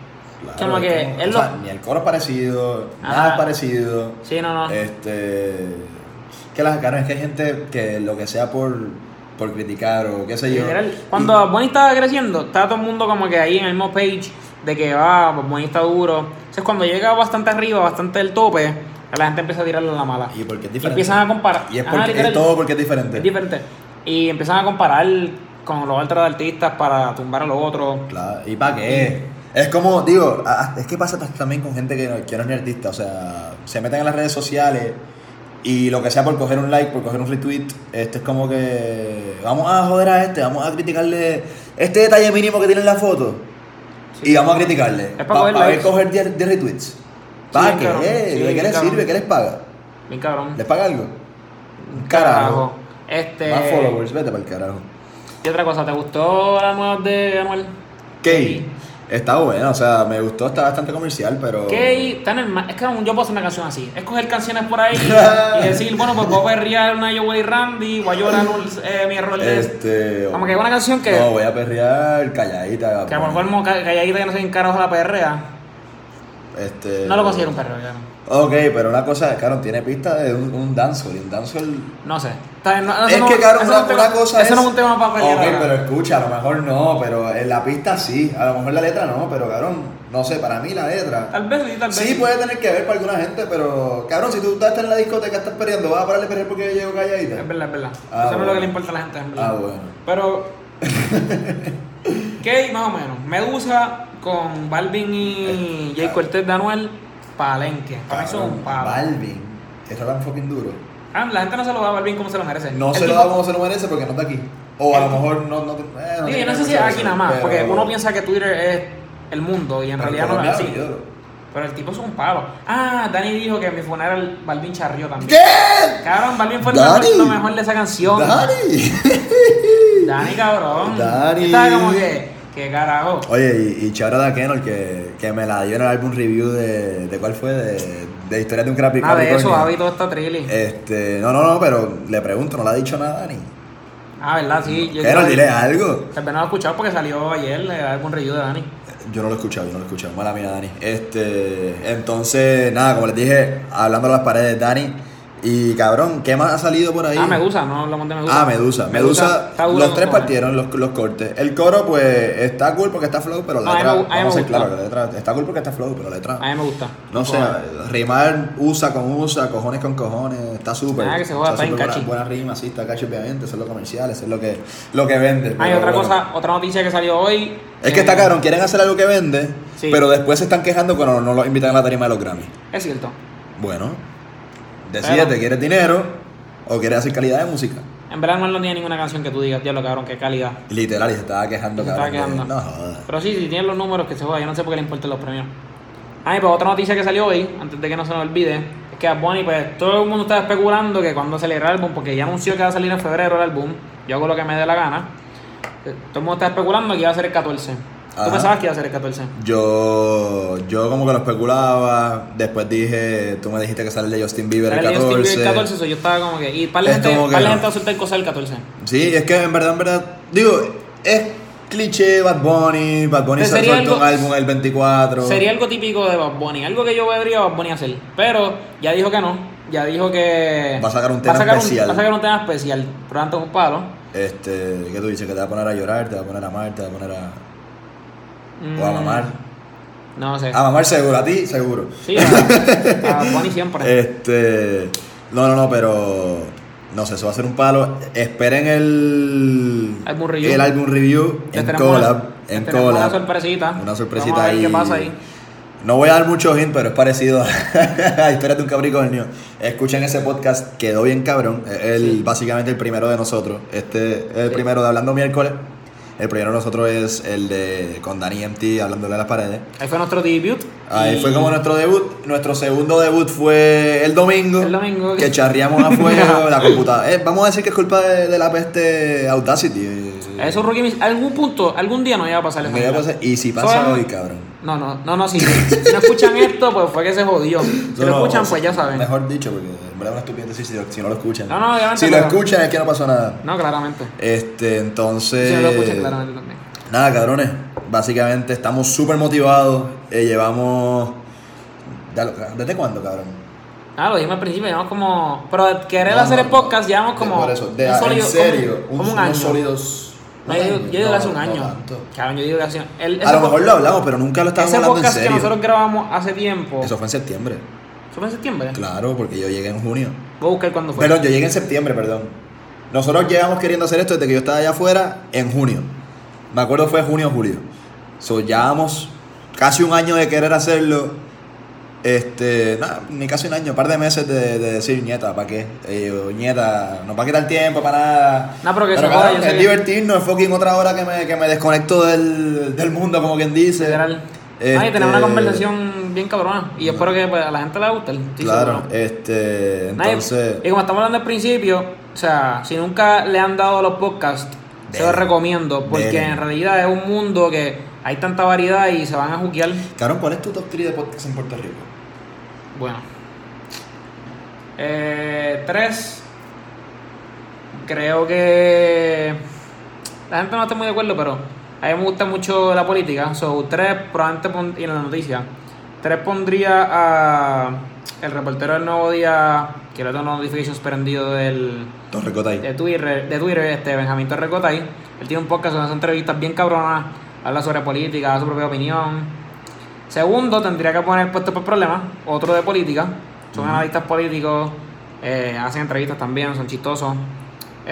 [SPEAKER 2] Claro,
[SPEAKER 1] Como que
[SPEAKER 2] como-
[SPEAKER 1] él
[SPEAKER 2] o sea,
[SPEAKER 1] lo-
[SPEAKER 2] ni el coro es parecido,
[SPEAKER 1] Ajá.
[SPEAKER 2] nada es parecido.
[SPEAKER 1] Sí, no, no.
[SPEAKER 2] Este. Que las caras, es que hay gente que lo que sea por, por criticar o qué sé yo.
[SPEAKER 1] Literal, cuando Bad Bunny estaba creciendo, estaba todo el mundo como que ahí en el mismo page de que va, Bad Bunny está duro. Entonces cuando llega bastante arriba, bastante del tope, la gente empieza a tirarle la mala.
[SPEAKER 2] Y, y porque es
[SPEAKER 1] Y
[SPEAKER 2] diferente.
[SPEAKER 1] empiezan a comparar.
[SPEAKER 2] Y es,
[SPEAKER 1] Ajá,
[SPEAKER 2] porque- es
[SPEAKER 1] literal,
[SPEAKER 2] todo porque es diferente.
[SPEAKER 1] es diferente. Y empiezan a comparar con los otros artistas para tumbar a los otros.
[SPEAKER 2] Claro, ¿Y para qué? Es como, digo, a- es que pasa ta- también con gente que no, que no es ni artista. O sea, se meten en las redes sociales y lo que sea por coger un like, por coger un retweet, este es como que vamos a joder a este, vamos a criticarle este detalle mínimo que tiene en la foto y vamos a criticarle.
[SPEAKER 1] pa'
[SPEAKER 2] Para
[SPEAKER 1] coger likes.
[SPEAKER 2] coger 10 10 retweets. ¿Para
[SPEAKER 1] bien
[SPEAKER 2] qué?
[SPEAKER 1] cabrón. Sí,
[SPEAKER 2] ¿De qué
[SPEAKER 1] bien
[SPEAKER 2] les
[SPEAKER 1] cabrón.
[SPEAKER 2] sirve? ¿Qué les paga?
[SPEAKER 1] Bien cabrón.
[SPEAKER 2] ¿Les paga algo? Un Carajo.
[SPEAKER 1] Este.
[SPEAKER 2] Más followers, vete para el carajo.
[SPEAKER 1] Y otra cosa, ¿te gustó la nueva de Anuel?
[SPEAKER 2] Key. Está bueno, o sea, me gustó, está bastante comercial, pero.
[SPEAKER 1] Que está en el ma- Es que yo puedo hacer una canción así. Es coger canciones por
[SPEAKER 2] *laughs*
[SPEAKER 1] ahí y decir, bueno, pues voy a perrear una Yo Way Randy, voy a llorar un, eh, mi error de.
[SPEAKER 2] Este.
[SPEAKER 1] Como que una canción que.
[SPEAKER 2] No, voy a perrear calladita.
[SPEAKER 1] que a lo mejor mo- ca- calladita que no se encarajo la perrea.
[SPEAKER 2] Este.
[SPEAKER 1] No lo considero un perreo, ya no.
[SPEAKER 2] Ok, pero una cosa, claro, tiene pista de un, un dancehall. Y un dancehall.
[SPEAKER 1] No sé. Está bien, no- no,
[SPEAKER 2] es
[SPEAKER 1] eso no-
[SPEAKER 2] que, claro,
[SPEAKER 1] eso no
[SPEAKER 2] una,
[SPEAKER 1] es un
[SPEAKER 2] una
[SPEAKER 1] tema-
[SPEAKER 2] cosa es.
[SPEAKER 1] Eso no es un tema para pelear.
[SPEAKER 2] Ok,
[SPEAKER 1] ahora.
[SPEAKER 2] pero escucha, a lo mejor no, pero en la pista sí. A lo mejor la letra no, pero cabrón, no sé, para mí la letra.
[SPEAKER 1] Tal vez sí, tal vez.
[SPEAKER 2] Sí, puede tener que ver para alguna gente, pero cabrón, si tú estás en la discoteca, estás perreando, vas a pararle a perrear porque yo llego calladita.
[SPEAKER 1] Es verdad, es verdad.
[SPEAKER 2] Ah,
[SPEAKER 1] eso no es lo que
[SPEAKER 2] bueno.
[SPEAKER 1] le importa a la gente, en verdad.
[SPEAKER 2] Ah, bueno. *laughs*
[SPEAKER 1] Pero. Kay, más o menos. Medusa con Balvin
[SPEAKER 2] Eh,
[SPEAKER 1] y
[SPEAKER 2] ah.
[SPEAKER 1] Jay Cortez de Anuel, Palenque. Para mí eso es un palo.
[SPEAKER 2] Balvin, está tan fucking duro.
[SPEAKER 1] Ah, la gente no se lo da a Balvin como se lo merece.
[SPEAKER 2] No
[SPEAKER 1] El
[SPEAKER 2] se lo
[SPEAKER 1] tipo-
[SPEAKER 2] da como se lo merece porque no está aquí. O a lo mejor no. no, eh, no
[SPEAKER 1] Sí,
[SPEAKER 2] tiene
[SPEAKER 1] no sé si es
[SPEAKER 2] mucho
[SPEAKER 1] aquí
[SPEAKER 2] eso,
[SPEAKER 1] nada más,
[SPEAKER 2] pero-
[SPEAKER 1] porque uno piensa que Twitter es el mundo y en
[SPEAKER 2] pero
[SPEAKER 1] realidad no
[SPEAKER 2] Colombia
[SPEAKER 1] es así.
[SPEAKER 2] abrió.
[SPEAKER 1] Pero el tipo es un palo. Ah, Dani dijo que en mi funeral Balvin charrió también.
[SPEAKER 2] *laughs* ¿Qué?
[SPEAKER 1] Cabrón, Balvin fue el
[SPEAKER 2] Dani.
[SPEAKER 1] mejor- lo mejor de esa canción.
[SPEAKER 2] ¡Dani!
[SPEAKER 1] Dani, cabrón.
[SPEAKER 2] Dani.
[SPEAKER 1] Estaba como que, qué carajo.
[SPEAKER 2] *laughs* Oye, y, y Chara de Kenor que, que me la dio en el álbum review de. ¿De cuál fue? De, de Historia de un Crappy
[SPEAKER 1] Nada Ah, de eso, Javi, todo está trilly.
[SPEAKER 2] Este. No, no, no, pero le pregunto, no le ha dicho nada a Dani. Eh,
[SPEAKER 1] ah, verdad, sí. yo-
[SPEAKER 2] Kenor, dile algo.
[SPEAKER 1] Tal vez no lo he escuchado porque salió ayer eh, algún review de Dani.
[SPEAKER 2] Yo no lo he escuchado, yo no lo he escuchado. Mala mía, Dani. Este, entonces, nada, como les dije, hablando a las paredes, Dani. Y cabrón, ¿qué más ha salido por ahí?
[SPEAKER 1] Ah, Medusa, no hablamos de Medusa.
[SPEAKER 2] Ah, Medusa.
[SPEAKER 1] Medusa
[SPEAKER 2] Medusa,
[SPEAKER 1] está duro
[SPEAKER 2] los
[SPEAKER 1] con
[SPEAKER 2] tres
[SPEAKER 1] cojones.
[SPEAKER 2] partieron los, los cortes. El coro, pues, está cool porque está flow, pero la
[SPEAKER 1] A mí
[SPEAKER 2] letra.
[SPEAKER 1] me gu- a mí me
[SPEAKER 2] vamos a ser
[SPEAKER 1] gustó.
[SPEAKER 2] claros, la letra. Está cool porque está flow, pero la
[SPEAKER 1] A
[SPEAKER 2] letra.
[SPEAKER 1] mí me gusta.
[SPEAKER 2] No sé, rimar usa con usa, cojones con cojones, está súper.
[SPEAKER 1] Ah, que se joda, está
[SPEAKER 2] Está
[SPEAKER 1] en
[SPEAKER 2] súper buena,
[SPEAKER 1] cachi.
[SPEAKER 2] buena rima, sí, está cachi, obviamente, eso es lo comercial, eso es lo que, lo que vende.
[SPEAKER 1] Hay
[SPEAKER 2] pero
[SPEAKER 1] otra
[SPEAKER 2] bueno.
[SPEAKER 1] cosa, otra noticia que salió hoy.
[SPEAKER 2] Es que
[SPEAKER 1] eh,
[SPEAKER 2] está cabrón, quieren hacer algo que vende,
[SPEAKER 1] Sí.
[SPEAKER 2] pero después se están quejando cuando no los invitan a la tarima de los Grammy.
[SPEAKER 1] Es cierto.
[SPEAKER 2] Bueno, decídete,
[SPEAKER 1] Pero-
[SPEAKER 2] ¿quieres dinero o quieres hacer calidad de música?
[SPEAKER 1] En verdad no no tiene ninguna canción que tú digas, diablo cabrón, qué calidad.
[SPEAKER 2] Literal, y se estaba quejando,
[SPEAKER 1] Se
[SPEAKER 2] cabrón.
[SPEAKER 1] estaba
[SPEAKER 2] de-
[SPEAKER 1] quejando.
[SPEAKER 2] No jodas.
[SPEAKER 1] Pero sí, si tienen los números que se juega, yo no sé por qué le importan los premios. Ah, y pues otra noticia que salió hoy, antes de que no se nos olvide, es que a Bonnie, pues todo el mundo está especulando que cuando saliera el álbum, porque ya anunció que va a salir en febrero el álbum, yo hago lo que me dé la gana. eh, Todo el mundo está especulando que iba a ser el 14.
[SPEAKER 2] Ajá.
[SPEAKER 1] ¿Tú pensabas que iba a ser el 14?
[SPEAKER 2] Yo, yo como que lo especulaba, después dije, tú me dijiste que sale el de Justin Bieber el
[SPEAKER 1] Sale el
[SPEAKER 2] 14.
[SPEAKER 1] Justin Bieber el 14, so yo estaba como que. Y para la
[SPEAKER 2] Es
[SPEAKER 1] gente,
[SPEAKER 2] como que
[SPEAKER 1] par de
[SPEAKER 2] no.
[SPEAKER 1] gente va a soltar cosas el 14.
[SPEAKER 2] Sí, es que en verdad, en verdad, digo, es cliché Bad Bunny, Bad Bunny
[SPEAKER 1] Pero
[SPEAKER 2] se
[SPEAKER 1] sería
[SPEAKER 2] suelta un
[SPEAKER 1] algo-
[SPEAKER 2] álbum el 24.
[SPEAKER 1] Sería algo típico de Bad Bunny, algo que yo vería a Bad Bunny hacer. Pero ya dijo que no, ya dijo que.
[SPEAKER 2] Va a sacar un tema
[SPEAKER 1] sacar
[SPEAKER 2] especial.
[SPEAKER 1] va a sacar un tema especial, por lo tanto es un palo.
[SPEAKER 2] Este, ¿qué tú dices? Que te va a poner a llorar, te va a poner a amar, te va a poner a...
[SPEAKER 1] Mm,
[SPEAKER 2] O a mamar. Ah.
[SPEAKER 1] No sé.
[SPEAKER 2] A mamar seguro, a ti seguro.
[SPEAKER 1] Sí, a, a Bad Bunny
[SPEAKER 2] *laughs* Eh,
[SPEAKER 1] siempre.
[SPEAKER 2] Este. No, no, no, pero. No sé, eso va a ser un palo. Esperen el.
[SPEAKER 1] Álbum review.
[SPEAKER 2] El álbum review
[SPEAKER 1] Les
[SPEAKER 2] en
[SPEAKER 1] tenemos
[SPEAKER 2] collab.
[SPEAKER 1] una- les
[SPEAKER 2] En
[SPEAKER 1] tenemos
[SPEAKER 2] collab.
[SPEAKER 1] Una sorpresita.
[SPEAKER 2] Una sorpresita
[SPEAKER 1] Vamos a ver
[SPEAKER 2] ahí.
[SPEAKER 1] qué pasa ahí.
[SPEAKER 2] No voy a dar mucho hint, pero es parecido a *laughs* Historias de un Capricornio. Escuchen ese podcast, quedó bien cabrón. Es El, Básicamente el primero de nosotros. Este es el
[SPEAKER 1] Sí.
[SPEAKER 2] primero de Hablando Miércoles. El primero de nosotros es el de con Dani MT, hablándole a las paredes.
[SPEAKER 1] Ahí fue nuestro debut.
[SPEAKER 2] Ahí
[SPEAKER 1] y-
[SPEAKER 2] fue como nuestro debut. Nuestro segundo debut fue el domingo.
[SPEAKER 1] El domingo. *laughs*
[SPEAKER 2] Que charreamos a fuego la computadora. Eh, vamos a decir que es culpa de, de la peste Audacity. eh, sí.
[SPEAKER 1] Eso rookie mis- algún punto, algún día no iba a pasar esa
[SPEAKER 2] Me iba a
[SPEAKER 1] mierda.
[SPEAKER 2] pasar- Y si pasa
[SPEAKER 1] Son-
[SPEAKER 2] hoy, cabrón.
[SPEAKER 1] No, no, no, no, si, si no escuchan esto, pues fue que se jodió. Si
[SPEAKER 2] No,
[SPEAKER 1] lo
[SPEAKER 2] no,
[SPEAKER 1] escuchan,
[SPEAKER 2] o sea,
[SPEAKER 1] pues ya saben.
[SPEAKER 2] Mejor dicho, porque en verdad es una estupidez decir si, lo- si no lo escuchan.
[SPEAKER 1] No, no, obviamente,
[SPEAKER 2] Si lo
[SPEAKER 1] pero-
[SPEAKER 2] escuchan es que no pasó nada.
[SPEAKER 1] No, claramente.
[SPEAKER 2] Este, entonces.
[SPEAKER 1] Si no lo escuchan, claramente también.
[SPEAKER 2] Nada, cabrones. Básicamente estamos súper motivados. Eh, llevamos. ya lo- ¿Desde cuándo, cabrón?
[SPEAKER 1] Ah, lo dijimos al principio, llevamos como. Pero de querer
[SPEAKER 2] No,
[SPEAKER 1] hacer
[SPEAKER 2] no,
[SPEAKER 1] el podcast,
[SPEAKER 2] no.
[SPEAKER 1] llevamos como.
[SPEAKER 2] Por eso, de-
[SPEAKER 1] un sólido-
[SPEAKER 2] en serio,
[SPEAKER 1] como, como un
[SPEAKER 2] unos
[SPEAKER 1] año.
[SPEAKER 2] sólidos.
[SPEAKER 1] No,
[SPEAKER 2] un
[SPEAKER 1] yo,
[SPEAKER 2] año.
[SPEAKER 1] yo digo que hace
[SPEAKER 2] No,
[SPEAKER 1] un
[SPEAKER 2] no
[SPEAKER 1] año.
[SPEAKER 2] tanto.
[SPEAKER 1] Claro, yo digo que hace un año.
[SPEAKER 2] A lo mejor lo hablamos, pero nunca lo estábamos
[SPEAKER 1] Ese
[SPEAKER 2] hablando en
[SPEAKER 1] podcast que
[SPEAKER 2] serio.
[SPEAKER 1] nosotros grabamos hace tiempo.
[SPEAKER 2] Eso fue en septiembre.
[SPEAKER 1] ¿Eso fue en septiembre?
[SPEAKER 2] Claro, porque yo llegué en junio.
[SPEAKER 1] Voy a buscar cuándo fue.
[SPEAKER 2] Perdón, yo llegué en septiembre, perdón. Nosotros llevamos queriendo hacer esto desde que yo estaba allá afuera en junio. Me acuerdo fue junio o julio. So, llevamos casi un año de querer hacerlo. Este, nada, ni casi un año, un par de meses de, de decir, nieta, ¿para qué? Eh, o, nieta, no va a quitar tiempo para nada.
[SPEAKER 1] No, pero que se
[SPEAKER 2] cabrón,
[SPEAKER 1] joda, yo sé
[SPEAKER 2] es
[SPEAKER 1] que-
[SPEAKER 2] divertirnos, es fucking otra hora que me, que me desconecto del, del mundo, como quien dice.
[SPEAKER 1] Literal. Ay,
[SPEAKER 2] Este,
[SPEAKER 1] tenemos una conversación bien cabrona. Y espero que pues, a la gente le guste. estoy
[SPEAKER 2] Claro,
[SPEAKER 1] seguro.
[SPEAKER 2] este,
[SPEAKER 1] Nadie-
[SPEAKER 2] entonces...
[SPEAKER 1] y como estamos hablando al principio, o sea, si nunca le han dado los podcasts, se los
[SPEAKER 2] Denle.
[SPEAKER 1] recomiendo. Porque
[SPEAKER 2] Denle.
[SPEAKER 1] en realidad es un mundo que hay tanta variedad y se van a juquear.
[SPEAKER 2] Cabrón, ¿cuál es tu top 3 de podcast en Puerto Rico?
[SPEAKER 1] Bueno. Eh, tres. Creo que. La gente no está muy de acuerdo, pero a mí me gusta mucho la política. So, tres, probablemente pon- y en la noticia. Tres pondría a. El reportero del nuevo día, que lo tengo las notifications prendido del,
[SPEAKER 2] Torrecotay.
[SPEAKER 1] de Twitter, de Twitter este Benjamín Torrecotay. Él tiene un podcast donde hace entrevistas bien cabronas, habla sobre política, da su propia opinión. Segundo, tendría que poner puesto por problemas, otro de política. Son analistas políticos, eh, hacen entrevistas también, son chistosos.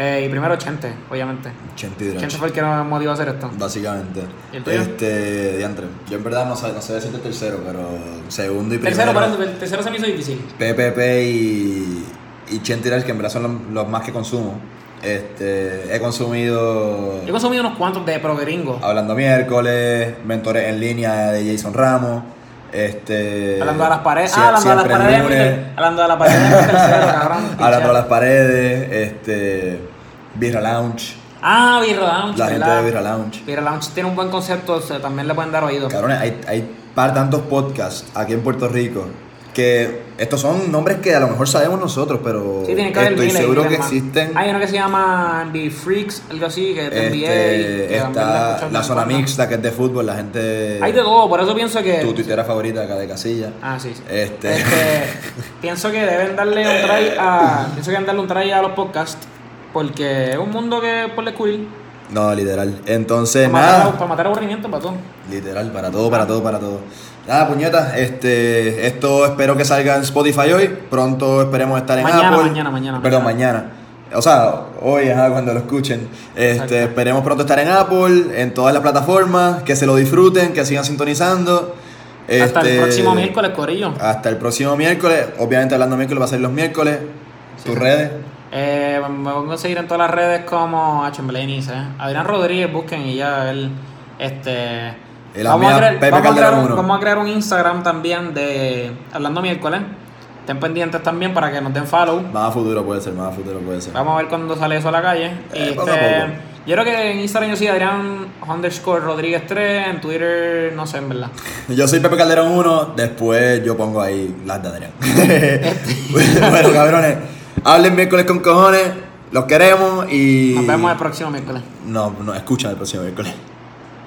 [SPEAKER 1] Eh, y primero Chente, obviamente.
[SPEAKER 2] Chente
[SPEAKER 1] Chente
[SPEAKER 2] Hidrach.
[SPEAKER 1] fue el que nos motivó a hacer esto.
[SPEAKER 2] Básicamente.
[SPEAKER 1] ¿Y el tuyo?
[SPEAKER 2] Este, diantre. Yo en verdad no sé, no sé decirte el tercero, pero segundo y
[SPEAKER 1] Tercero,
[SPEAKER 2] primero.
[SPEAKER 1] perdón, el tercero se me hizo difícil.
[SPEAKER 2] PPP y, y Chente Hidrach, que en verdad son los, los más que consumo. Este, he consumido
[SPEAKER 1] Yo he consumido unos cuantos de pro gringo.
[SPEAKER 2] Hablando Miércoles, Mentores en Línea de Jason Ramos. Este,
[SPEAKER 1] Hablando de las paredes.
[SPEAKER 2] Sie-
[SPEAKER 1] Ah, hablando de las
[SPEAKER 2] Siempre
[SPEAKER 1] paredes.
[SPEAKER 2] Lunes. *laughs*
[SPEAKER 1] Miguel. Hablando de las paredes. el Tercero, cabrón.
[SPEAKER 2] Hablando
[SPEAKER 1] pichea.
[SPEAKER 2] de las paredes. Este, Birra Lounge.
[SPEAKER 1] Ah, Birra Lounge.
[SPEAKER 2] La gente
[SPEAKER 1] ¿verdad?
[SPEAKER 2] de Birra Lounge.
[SPEAKER 1] Mira, Lounge tiene un buen concepto, o sea, también le pueden dar oído.
[SPEAKER 2] Cabrones, hay, hay par tantos podcasts aquí en Puerto Rico que estos son nombres que a lo mejor sabemos nosotros, pero
[SPEAKER 1] Sí, tiene que haber
[SPEAKER 2] estoy
[SPEAKER 1] miles y
[SPEAKER 2] seguro que
[SPEAKER 1] miles más.
[SPEAKER 2] existen.
[SPEAKER 1] Hay uno que se llama NBA Freaks, algo así, que es de NBA.
[SPEAKER 2] Este,
[SPEAKER 1] que también lo he
[SPEAKER 2] está
[SPEAKER 1] escuchado
[SPEAKER 2] la
[SPEAKER 1] un
[SPEAKER 2] zona
[SPEAKER 1] montón.
[SPEAKER 2] mixta que es de fútbol, la gente.
[SPEAKER 1] Hay de todo, por eso pienso que.
[SPEAKER 2] Tu tuitera favorita acá de Casilla.
[SPEAKER 1] Ah, sí. sí.
[SPEAKER 2] Este.
[SPEAKER 1] Este,
[SPEAKER 2] *laughs*
[SPEAKER 1] pienso que deben darle un try a. Pienso que deben darle un try a los podcasts. Porque es un mundo que por descubrir.
[SPEAKER 2] No, literal. Entonces,
[SPEAKER 1] Para matar,
[SPEAKER 2] nada.
[SPEAKER 1] para matar aburrimiento, para todo.
[SPEAKER 2] Literal, para todo, para todo, para todo. Nada, puñetas, este, esto espero que salga en Spotify hoy. Pronto esperemos estar en
[SPEAKER 1] Mañana,
[SPEAKER 2] Apple.
[SPEAKER 1] mañana, mañana,
[SPEAKER 2] Perdón, mañana. O sea, hoy, ajá, cuando lo escuchen.
[SPEAKER 1] Exacto.
[SPEAKER 2] Este, esperemos pronto estar en Apple, en todas las plataformas, que se lo disfruten, que sigan sintonizando.
[SPEAKER 1] Hasta el
[SPEAKER 2] Este,
[SPEAKER 1] próximo miércoles, Corillo.
[SPEAKER 2] Hasta el próximo miércoles. Obviamente, hablando miércoles va a ser los miércoles. Tus redes.
[SPEAKER 1] Eh, me voy a seguir en todas las redes como H. Blanis, eh. Adrián Rodríguez, busquen y ya él. Este.
[SPEAKER 2] Y las mías, Pepe
[SPEAKER 1] vamos, a crear
[SPEAKER 2] Calderón
[SPEAKER 1] un,
[SPEAKER 2] uno.
[SPEAKER 1] vamos a crear un Instagram también de Hablando Miércoles. Estén pendientes también para que nos den follow.
[SPEAKER 2] Más a futuro puede ser, más a futuro puede ser.
[SPEAKER 1] Vamos a ver cuándo sale eso a la calle. Y
[SPEAKER 2] Eh, poco a
[SPEAKER 1] este,
[SPEAKER 2] poco.
[SPEAKER 1] yo creo que en Instagram yo soy Adrián underscore Rodríguez 3, en Twitter no sé, en verdad.
[SPEAKER 2] Yo soy Pepe Calderón 1, después yo pongo ahí las de
[SPEAKER 1] *laughs*
[SPEAKER 2] Adrián. *laughs* bueno, cabrones, hablen miércoles con cojones, los queremos y...
[SPEAKER 1] Nos vemos el próximo miércoles.
[SPEAKER 2] No, no, escuchan el próximo miércoles.